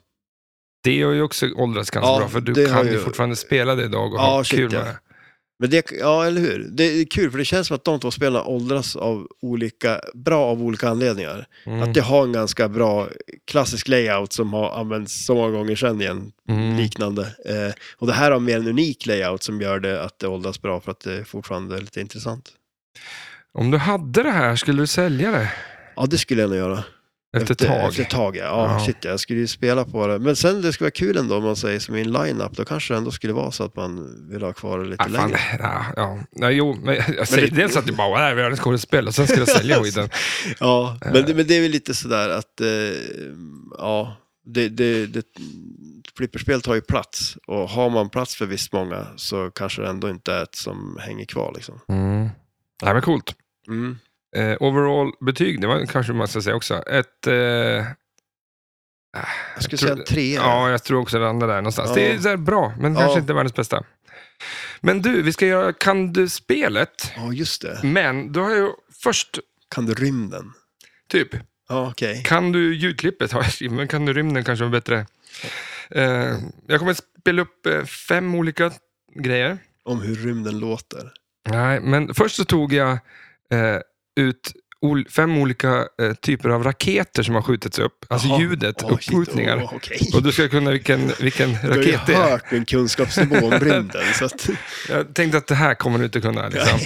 S1: Det har ju också åldrats ganska
S2: Ja,
S1: bra, för du
S2: det har
S1: kan ju
S2: ju-
S1: fortfarande spela det idag och
S2: Ja,
S1: ha
S2: shit,
S1: kul
S2: ja.
S1: med det.
S2: Men det, ja, eller hur? Det är kul, för det känns som att de två spelarna åldras av olika, bra av olika anledningar.
S1: Mm.
S2: Att det har en ganska bra klassisk layout som har använts så många gånger sedan igen,
S1: Mm.
S2: liknande. Eh, och det här har mer en unik layout som gör det att det åldras bra för att det fortfarande är lite intressant.
S1: Om du hade det här, skulle du sälja det?
S2: Ja, det skulle jag nog göra.
S1: Efter ett tag?
S2: Efter ett tag, ja. ja.
S1: Ja.
S2: Shit, jag skulle ju spela på det. Men sen det skulle vara kul ändå om man säger som i en line-up, då kanske det ändå skulle vara så att man vill ha kvar det lite
S1: Ah, fan,
S2: längre.
S1: ja, ja. Nej, jo, men jag säger
S2: det-
S1: dels att det bara var där, vi har ett skådespel och sen ska jag sälja skiten.
S2: Ja,
S1: Eh.
S2: men, det- men det är väl lite sådär att, eh, ja, det, det, det, flipperspel tar ju plats. Och har man plats för visst många så kanske det ändå inte är ett som hänger kvar liksom.
S1: Mm. Nej, men coolt.
S2: Mm.
S1: Eh, Overall-betyg, det var kanske man ska säga också. Ett... Eh,
S2: Jag skulle
S1: tror-
S2: säga en trea.
S1: Ja, jag tror också det landar där någonstans.
S2: Ja.
S1: Det är så här bra, men
S2: Ja.
S1: kanske inte världens bästa. Men du, vi ska göra Kan du-spelet.
S2: Ja, just det.
S1: Men då har jag först,
S2: Kan du rymden?
S1: typ,
S2: Ja, okej.
S1: Kan du ljudklippet har jag skrivit, men Kan du rymden kanske var bättre. Eh, jag kommer spela upp eh, fem olika grejer.
S2: Om hur rymden låter.
S1: Nej, men först så tog jag eh, ut ol- fem olika eh, typer av raketer som har skjutits upp. Alltså
S2: Jaha.
S1: ljudet,
S2: Åh, shit.
S1: uppskjutningar.
S2: Åh, okej.
S1: Och du ska kunna vilken, vilken
S2: Du har ju
S1: raket det är.
S2: hört min kunskapsnivå om rymden. Så att,
S1: Jag tänkte att det här kommer du inte kunna. Liksom.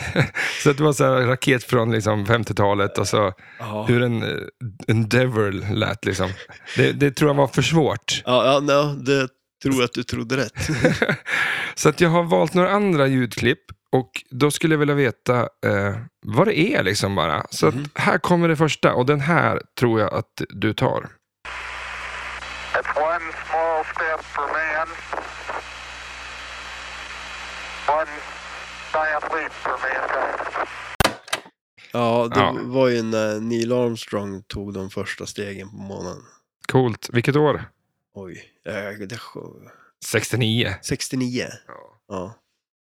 S1: så att det var så här raket från liksom 50-talet och så
S2: ja,
S1: hur en eh, Endeavour lät. Liksom. Det, det tror jag var för svårt.
S2: ja, ja no, det tror jag att du trodde rätt.
S1: Så att jag har valt några andra ljudklipp och då skulle jag vilja veta eh, vad det är. Liksom bara. Så att här kommer det första och den här tror jag att du tar.
S5: That's one small step for man, one giant leap for mankind.
S2: Ja, det
S1: Ja.
S2: var ju när Neil Armstrong tog de första stegen på månen.
S1: Coolt. Vilket år?
S2: Oj, eh, det är sj-
S1: 69.
S2: 69. Ja.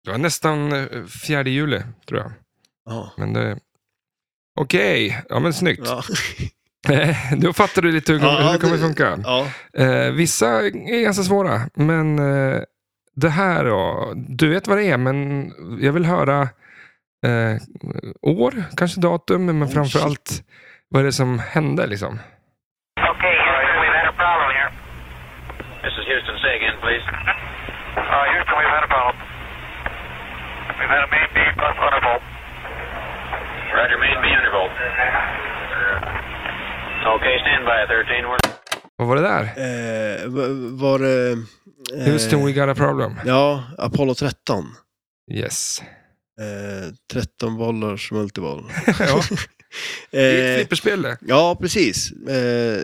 S1: Det var nästan eh, 4 juli, tror jag.
S2: Ja.
S1: Men det... Okej, ja men snyggt.
S2: Ja.
S1: Eh, Då fattar du lite hur,
S2: Ja,
S1: hur det kommer
S2: det-
S1: funka.
S2: ja.
S1: Eh, vissa är ganska svåra, men eh, det här då. Du vet vad det är, men jag vill höra eh, år, kanske datum, men
S2: Oh,
S1: framför
S2: shit.
S1: allt vad är det som hände liksom.
S5: Okay, Houston, we've had a problem here.
S6: This is Houston. Say again, please.
S5: Uh, Houston, we've had a problem. We've had a main beam plus thunderbolt.
S6: Roger, main beam interval.
S5: Uh,
S6: Okay, stand by. 13, we're...
S1: Vad var det där?
S2: Eh, va- var det... eh,
S1: Houston, we got a problem.
S2: Ja, Apollo 13.
S1: Yes.
S2: Eh, 13 bollars multiboll.
S1: ja, det är ett
S2: Eh,
S1: flipperspel det.
S2: ja, precis. Eh,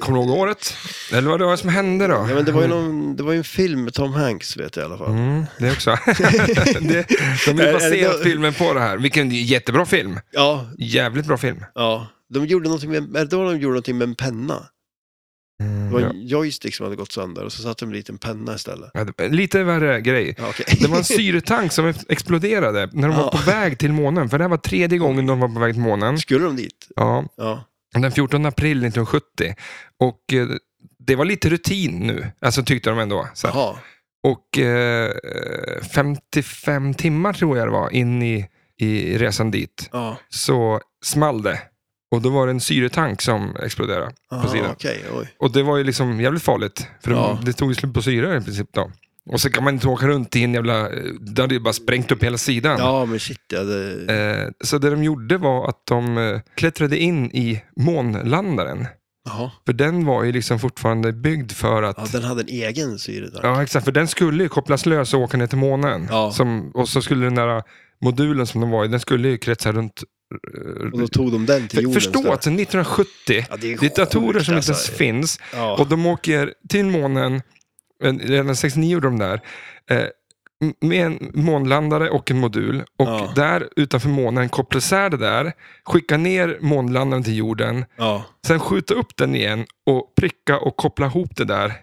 S1: Kommer du ihåg året? Eller vad det var som hände då?
S2: ja, men det, var ju någon, det var ju en film med Tom Hanks, vet jag i alla fall.
S1: Mm, det också. det, de har
S2: Är- är
S1: ju
S2: det
S1: baserat
S2: då-
S1: filmen på det här. Vilken jättebra film.
S2: Ja,
S1: Jävligt bra film.
S2: ja. De gjorde någonting med, är det då de gjorde någonting med en penna. Det var
S1: Ja.
S2: en joystick som hade gått sönder och så satte de dit en penna istället.
S1: Ja, det- Lite värre grej.
S2: Ja, okej.
S1: Det var en syretank som exploderade när de
S2: Ja.
S1: var på väg till månen. För det här var tredje gången de var på väg till månen.
S2: Skulle de dit?
S1: Ja,
S2: Ja.
S1: den 14 april 1970. Och eh, det var lite rutin nu, alltså tyckte de ändå. Så. här.
S2: Jaha.
S1: Och eh, 55 timmar tror jag det var in i, i resan dit.
S2: Ja.
S1: Så small det. Och då var det en syretank som exploderade på sidan.
S2: Aha, okej, oj.
S1: Och det var ju liksom jävligt farligt. För det-
S2: Ja.
S1: det tog ju slut på syra i princip då. Och så kan man inte åka runt i en jävla... Det hade ju bara sprängt upp hela sidan.
S2: Ja, men shit, ja, det...
S1: Eh, så det de gjorde var att de eh, klättrade in i månlandaren.
S2: Jaha.
S1: För den var ju liksom fortfarande byggd för att...
S2: Ja,
S1: Ja,
S2: den hade en egen syretank.
S1: exakt. För den skulle ju kopplas lös och åka ner till månen.
S2: Ja.
S1: Som, och så skulle den där modulen som de var i, den skulle ju kretsa runt... eh,
S2: Och då tog de den till jorden.
S1: Förstå
S2: istället.
S1: att sedan 1970,
S2: Ja, det är sjukt,
S1: diktatorer som inte ens
S2: alltså.
S1: finns,
S2: Ja.
S1: och de åker till månen, en- redan 69 gjorde de där, eh, m- med en månlandare och en modul. Och
S2: Ja.
S1: där utanför månen kopplar isär det där, skicka ner månlandaren till jorden,
S2: Ja.
S1: sen skjuta upp den igen och pricka och koppla ihop det där.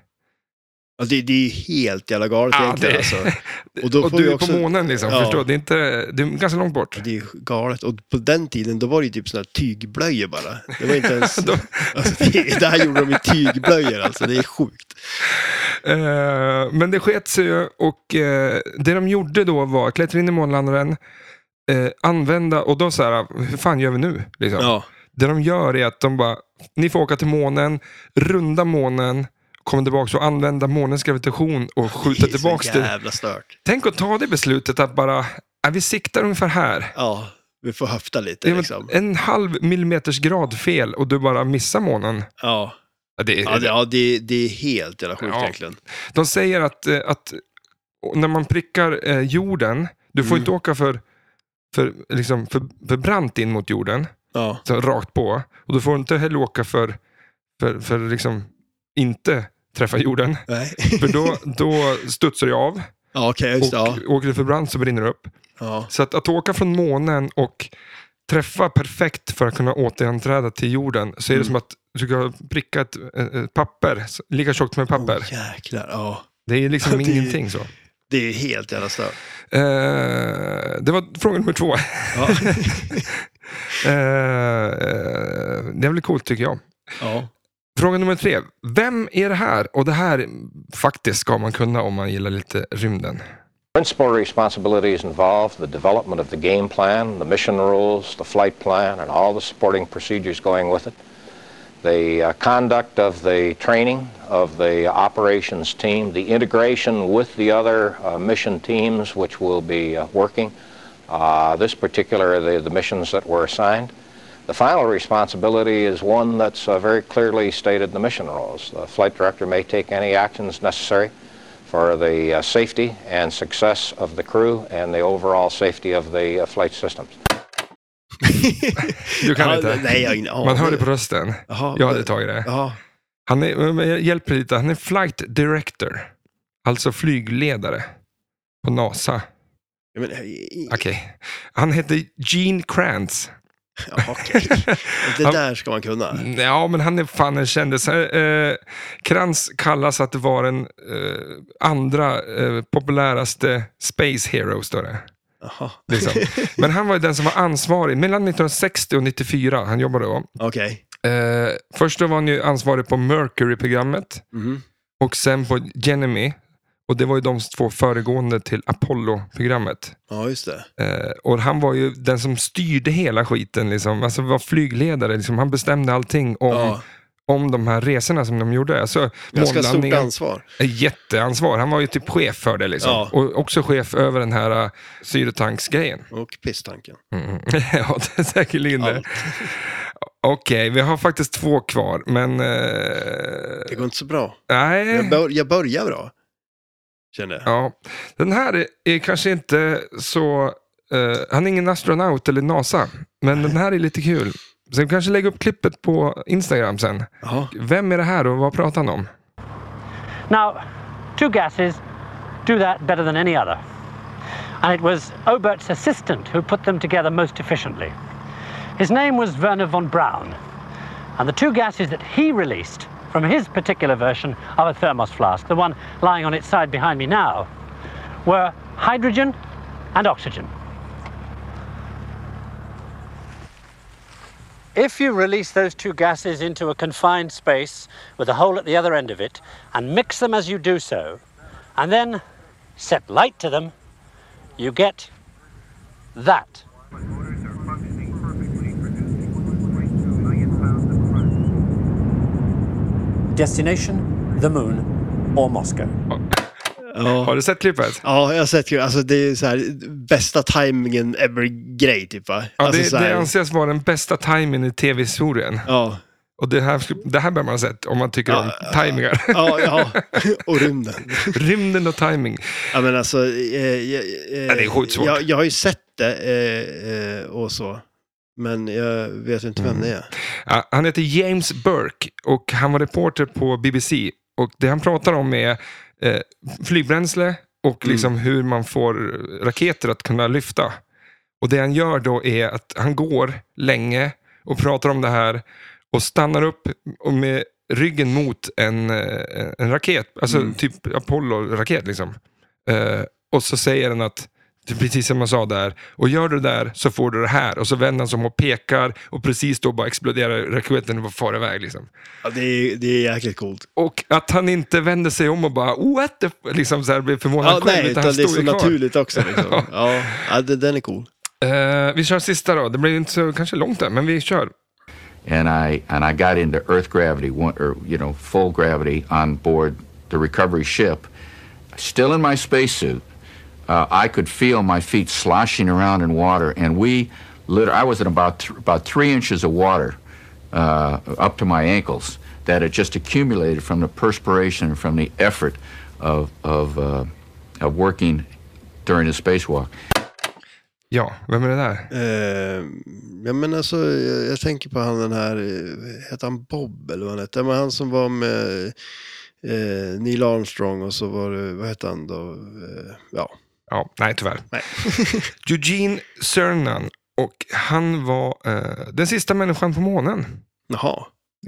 S2: Ja, det, det är ju helt jävla galet
S1: Ja,
S2: egentligen.
S1: det-
S2: Alltså. Och,
S1: och du är på månen liksom,
S2: Ja.
S1: förstår du? Det är, inte, det är ganska långt bort.
S2: Det är ju galet. Och på den tiden då var det ju typ sådana här tygblöjor bara. Det var inte ens...
S1: Då-
S2: alltså, det, det här gjorde de i tygblöjor alltså. Det är sjukt.
S1: Eh, men det sket sig ju och eh, det de gjorde då var klättra in i månlandaren, eh, använda och då så här, hur fan gör vi nu? Liksom.
S2: Ja.
S1: Det de gör är att de bara, ni får åka till månen, runda månen, komma tillbaka och använda månens gravitation och skjuta
S2: Det är så
S1: tillbaka det.
S2: jävla stört.
S1: Tänk att ta det beslutet att bara, "Ja, vi siktar ungefär här.
S2: Ja, vi får höfta lite
S1: Det är väl
S2: liksom.
S1: en halv millimeters grad fel och du bara missar månen.
S2: Ja,
S1: Ja, det,
S2: ja, det, ja det, det är helt jävla sjukt
S1: Ja.
S2: egentligen.
S1: De säger att, eh, att och när man prickar eh, jorden, du får
S2: Mm.
S1: inte åka för, för, liksom, för, för brant in mot jorden,
S2: Ja,
S1: så rakt på. Och du får inte heller åka för, för, för liksom, inte träffa jorden.
S2: nej.
S1: För då, då studsar du av
S2: ja okej, just det.
S1: och
S2: Ja.
S1: åker du för brant så brinner du upp.
S2: Ja.
S1: Så att, att åka från månen och träffa perfekt för att kunna återanträda till jorden så är
S2: Mm.
S1: det som att du ska pricka ett, eh, ett papper, så- lika tjockt som ett papper.
S2: Oh, jäklar, ja.
S1: Det är liksom
S2: Det är-
S1: ingenting så.
S2: Det är helt jävla stört.
S1: Eh, det var fråga nummer två.
S2: Ja.
S1: Eh, eh, det är väl coolt tycker jag.
S2: ja.
S1: Fråga nummer tre. Vem är det här? Och det här faktiskt ska man kunna om man gillar lite rymden.
S7: Principal responsibilities involve the development of the game plan, the mission rules, the flight plan, and all the supporting procedures going with it, the uh, conduct of the training of the operations team, the integration with the other uh, mission teams which will be uh, working, uh, this particular, the, the missions that were assigned. The final responsibility is one that's uh, very clearly stated in the mission rules. The flight director may take any actions necessary for the uh, safety and success of the crew and the overall safety of the uh, flight systems.
S1: Du kan
S2: ja,
S1: inte?
S2: Nej, jag har ingen aning.
S1: Man hör det på rösten.
S2: Jaha,
S1: Jag hade tagit det.
S2: Ja,
S1: Han är, men jag hjälper lite. Han är flight director. Alltså flygledare. På NASA.
S2: Ja, men... i- i-
S1: Okej. Han heter Gene Kranz.
S2: Ja, okej. Det
S1: Han-
S2: där ska man kunna.
S1: Ja, men han är fan en kändis. Eh, Kranz kallas att vara den eh, andra eh, populäraste space hero, står det.
S2: Jaha,
S1: Liksom. Men han var ju den som var ansvarig mellan 1960 och 94. Han jobbade då.
S2: okej.
S1: Eh, först då var han ju ansvarig på Mercury-programmet
S2: Mhm.
S1: och sen på Genemy. Och det var ju de två föregående till Apollo-programmet.
S2: Ja, just det.
S1: Eh, och han var ju den som styrde hela skiten, liksom. alltså var flygledare. Liksom. Han bestämde allting om,
S2: Ja.
S1: om de här resorna som de gjorde. Alltså,
S2: Ganska stort
S1: månlandningen,
S2: ansvar.
S1: eh, jätteansvar. Han var ju typ chef för det. Liksom.
S2: Ja.
S1: Och också chef över den här uh, syretanksgrejen.
S2: Och pisstanken.
S1: Mm. ja, det är säkerligen det.
S2: Allt.
S1: Okej, vi har faktiskt två kvar, men... eh,
S2: Det går inte så bra.
S1: nej.
S2: Jag, bör, jag börjar bra, känner jag.
S1: Eh. Ja, den här är, är kanske inte så... eh, han är ingen astronaut eller NASA, men den här är lite kul. Sen kanske lägga upp klippet på Instagram sen.
S2: Jaha.
S1: Vem är det här och vad pratar han om?
S8: Now, two gases do that better than any other. And it was Obert's assistant who put them together most efficiently. His name was Werner von Braun. And the two gases that he released from his particular version of a thermos flask, the one lying on its side behind me now, were hydrogen and oxygen. If you release those two gases into a confined space with a hole at the other end of it and mix them as you do so, and then set light to them, you get that. Destination the moon or Moscow.
S1: Har du sett klippet?
S2: Ja, jag har sett ju. Alltså det är så här bästa timingen ever-grej, typ va?
S1: Ja,
S2: alltså,
S1: det,
S2: så här,
S1: det anses vara den bästa timingen i tv-historien.
S2: ja.
S1: Och det här, det här bör man ha sett om man tycker om tajmingar.
S2: Ja, ja. Och rymden.
S1: Rymden och timing.
S2: Ja, men alltså... Eh, jag, eh,
S1: Ja, det är sjukt svårt.
S2: Jag, jag har ju sett det eh, eh, och så. Men jag vet inte
S1: Mm.
S2: vem det är.
S1: Ja, Han heter James Burke och han var reporter på BBC. Och Det han pratar om är eh, flygbränsle och liksom hur man får raketer att kunna lyfta. Och Det han gör då är att han går länge och pratar om det här och stannar upp och med ryggen mot en, eh,
S2: Mm.
S1: en raket, alltså typ Apollo-raket. liksom. Eh, och så säger han att Det är Precis som man sa där. Och gör du det där så får du det här. Och så vänder han som och pekar och precis då bara exploderar raketen och far iväg. Liksom.
S2: Ja, det, är, det är jäkligt coolt.
S1: Och att han inte vänder sig om och bara what the f-" liksom så här blir förvånad
S2: Ja,
S1: själv.
S2: nej, utan det är
S1: står
S2: så
S1: ju kvar.
S2: naturligt också. Liksom. ja, ja det, den är cool.
S1: Eh, vi kör sista då. Det blir inte så kanske långt där, men vi kör.
S9: and I and I got into Earth gravity, one, or you know, full gravity on board the recovery ship. Still in my spacesuit, uh, I could feel my feet sloshing around in water, and we, liter- I was in about th- about three inches of water, uh, up to my ankles, that had just accumulated from the perspiration from the effort of of, uh, of working during the spacewalk.
S1: Ja, vem är det där?
S2: Eh, ja, men alltså, jag, jag tänker på han den här, eh, heter han Bob eller vad han hette? Ja, Men han som var med eh, Neil Armstrong och så var det, vad hette han då? Eh, ja.
S1: Ja, nej tyvärr. Eugene Cernan. Och han var eh, den sista människan på månen.
S2: Jaha.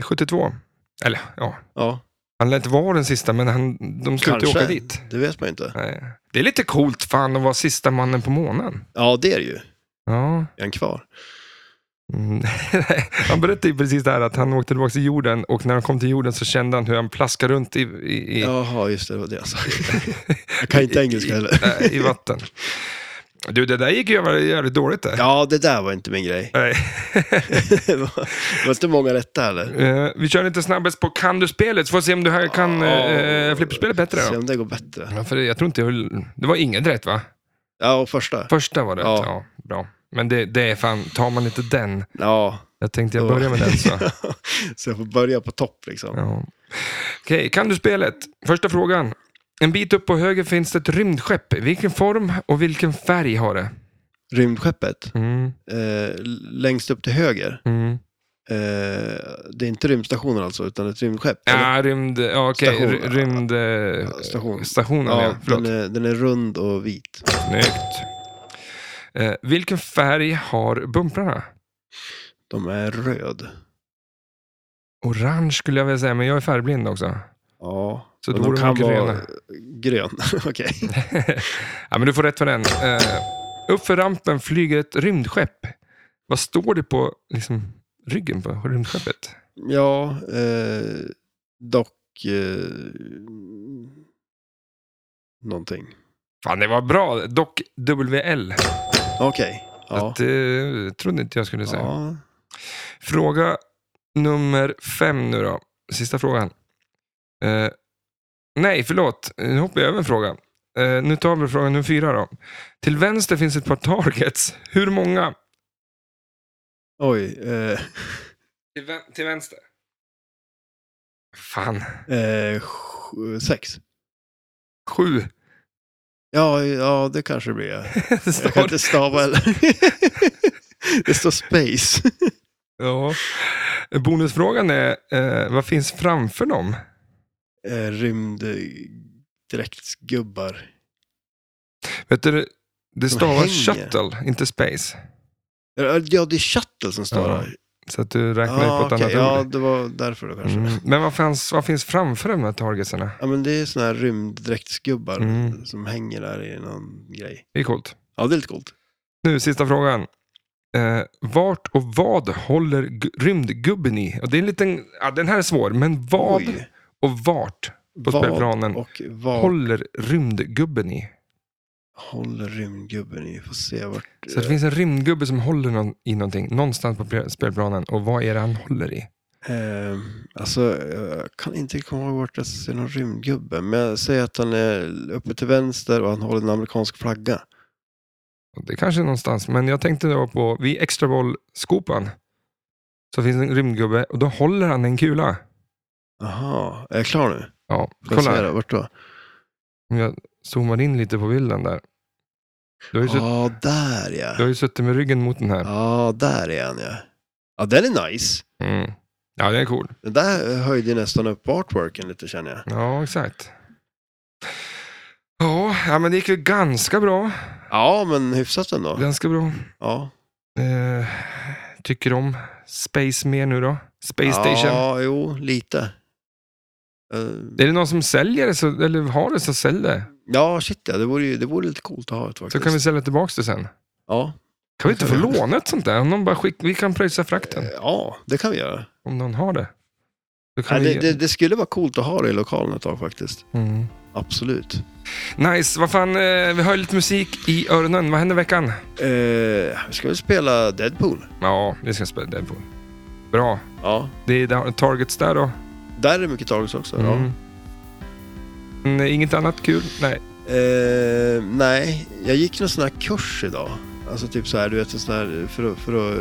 S1: 72. Eller ja,
S2: Ja,
S1: han lät vara den sista men han, de slutade
S2: kanske.
S1: åka dit.
S2: Det vet man ju inte.
S1: Nej. Det är lite coolt fan att vara sista mannen på månen.
S2: Ja, det är det ju.
S1: Ja.
S2: Är han kvar?
S1: Mm. han berättade ju precis det här att han åkte tillbaka till jorden och när han kom till jorden så kände han hur han plaskade runt i, i, i,
S2: Jaha, just det, det var det jag sa. Jag kan inte engelska heller.
S1: nej, i vatten. Du, det där gick ju jävla- jävligt dåligt det.
S2: Ja, det där var inte min grej.
S1: Nej.
S2: Det var, det var inte många rätta heller.
S1: Eh, vi kör lite snabbast på kan du-spelet, så får vi se om du här kan uh, flipperspelet bättre
S2: Se
S1: då.
S2: om det går bättre.
S1: Ja, för jag tror inte jag höll... Det var inget rätt va?
S2: Ja, och första.
S1: Första var rätt, ja.
S2: Ja.
S1: bra. Men det, det är fan, tar man inte den.
S2: Ja.
S1: Jag tänkte jag
S2: då-
S1: börjar med den så.
S2: så jag får börja på topp liksom.
S1: Ja. Okej, kan du spelet? Första frågan. En bit upp på höger finns det ett rymdskepp. Vilken form och vilken färg har det?
S2: Rymdskeppet,
S1: Mm,
S2: eh, l- längst upp till höger.
S1: mm.
S2: Eh, det är inte rymdstationen alltså, utan ett rymdskepp. eller?
S1: Ja, rymd... Ja, okej.
S2: Station.
S1: ry- Rymd... eh,
S2: station.
S1: Stationen, ja.
S2: den,
S1: Förlåt.
S2: är, den är rund och vit.
S1: Snyggt. Eh, vilken färg har bumprarna?
S2: De är röd.
S1: Orange skulle jag vilja säga, men jag är färgblind också.
S2: Ja,
S1: Så
S2: men
S1: då
S2: de
S1: är de
S2: kan
S1: gröna.
S2: vara grön. Okej.
S1: ja, men du får rätt för den. Eh, uppför rampen flyger ett rymdskepp. Vad står det på liksom, ryggen på rymdskeppet?
S2: Ja, eh, dock... Eh, någonting.
S1: Fan, det var bra. Dock WL.
S2: Okej. Ja.
S1: Att, eh, trodde inte jag skulle säga.
S2: ja.
S1: Fråga nummer fem nu då. Sista frågan. Eh, nej, förlåt. Nu hoppar jag över en fråga. Eh, nu tar vi fråga nummer fyra då. Till vänster finns ett par targets. Hur många?
S2: Oj. Eh,
S1: Till, vän- till vänster. Fan.
S2: eh, sju- sex.
S1: Sju.
S2: Ja, ja, det kanske det blir.
S1: Det
S2: Jag kan
S1: står
S2: inte stava heller. Det står space.
S1: Ja. Bonusfrågan är, eh, vad finns framför dem?
S2: Eh, Rymddräktsgubbar.
S1: Vet du, det stavas
S2: hänger.
S1: shuttle, inte space.
S2: Eh, Ja, det är shuttle som står
S1: Ja,
S2: där.
S1: Så att du
S2: Ja,
S1: räknar ju på ett
S2: Ah, okej.
S1: annat
S2: ja
S1: ord.
S2: det var därför då kanske.
S1: Mm. Men vad finns, vad finns framför de här targetsarna?
S2: Ja, men det är såna här rymddräktsgubbar
S1: Mm.
S2: som hänger där i någon grej.
S1: Det är coolt.
S2: Ja, det är lite coolt.
S1: Nu, sista frågan. Eh, vart och vad håller gu- rymdgubben i? Och det är en liten, ja, den här är svår, men vad
S2: Oj.
S1: och vart på spelplanen
S2: och vad
S1: håller rymdgubben i?
S2: håller rymdgubben i? Får se vart... eh,
S1: Så det finns en rymdgubbe som håller någon, i någonting någonstans på pe- spelplanen och vad är det han håller i?
S2: Eh, alltså, jag kan inte komma ihåg vart jag ser någon rymdgubbe. Men jag säger att han är uppe till vänster och han håller en amerikansk flagga.
S1: Och Det kanske är någonstans, men jag tänkte då på vid extra bollskopan så finns en rymdgubbe och då håller han en kula.
S2: Aha, är jag klar nu?
S1: Ja,
S2: Får jag
S1: kolla.
S2: se
S1: här.
S2: det? Vart då?
S1: Om jag zoomar in lite på bilden där. Du har ju, sutt-
S2: Ja, där
S1: du har
S2: ja.
S1: ju suttit med ryggen mot den här.
S2: Ja, där är han ja. Ja, den är nice.
S1: Mm. Ja, den är cool.
S2: Den där höjde ju nästan upp artworken lite känner jag.
S1: Ja, exakt. Ja, ja, men det gick ju ganska bra.
S2: Ja, men hyfsat ändå.
S1: Ganska bra.
S2: Ja.
S1: Eh, tycker om Space mer nu då? Space Station.
S2: Ja, jo, lite. Ehm, Eh,
S1: Är det någon som säljer det så, eller har det så sälj det.
S2: Ja, shit ja, det vore, ju, det vore lite coolt att ha ett faktiskt.
S1: Så kan vi sälja tillbaka det sen.
S2: ja. Eh.
S1: Kan vi inte få låna ett sånt där? Någon bara skick, vi kan pröjsa frakten
S2: ja, det kan vi göra.
S1: om någon har det. Då kan
S2: Nej,
S1: vi
S2: det,
S1: ge-
S2: det, det skulle vara coolt att ha det i lokalen ett tag faktiskt.
S1: Mm.
S2: Absolut.
S1: Nice, vad fan, eh, vi har ju lite musik i öronen. Vad händer i veckan?
S2: Eh, vi ska väl spela Deadpool?
S1: Ja, vi ska spela Deadpool. Bra.
S2: Ja,
S1: Det är där- targets där då.
S2: där är det mycket targets också.
S1: Mm.
S2: Ja.
S1: Mm, Inget annat kul? Nej.
S2: Eh, nej, jag gick någon sån här kurs idag. Alltså typ så här, du vet en sån här för att... För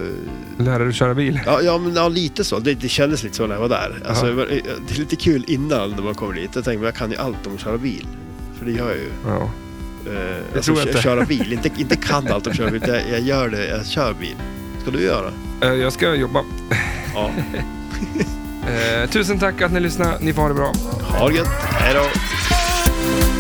S2: att
S1: Lära dig köra bil?
S2: ja, ja, men ja, lite så. Det, det kändes lite så när jag var där. Alltså,
S1: Ja.
S2: det var- det är lite kul innan när man kommer dit. Jag tänkte, men jag kan ju allt om att köra bil. För det gör jag ju.
S1: Ja.
S2: Eh,
S1: Det
S2: alltså
S1: tror jag
S2: kö-
S1: inte.
S2: köra bil. Inte, inte kan allt om att köra bil. Jag, jag gör det, jag kör bil. Ska du göra?
S1: Eh, Jag ska jobba.
S2: Ja.
S1: Eh, Tusen tack att ni lyssnade. Ni får ha det bra.
S2: Ha det gött. Hej då.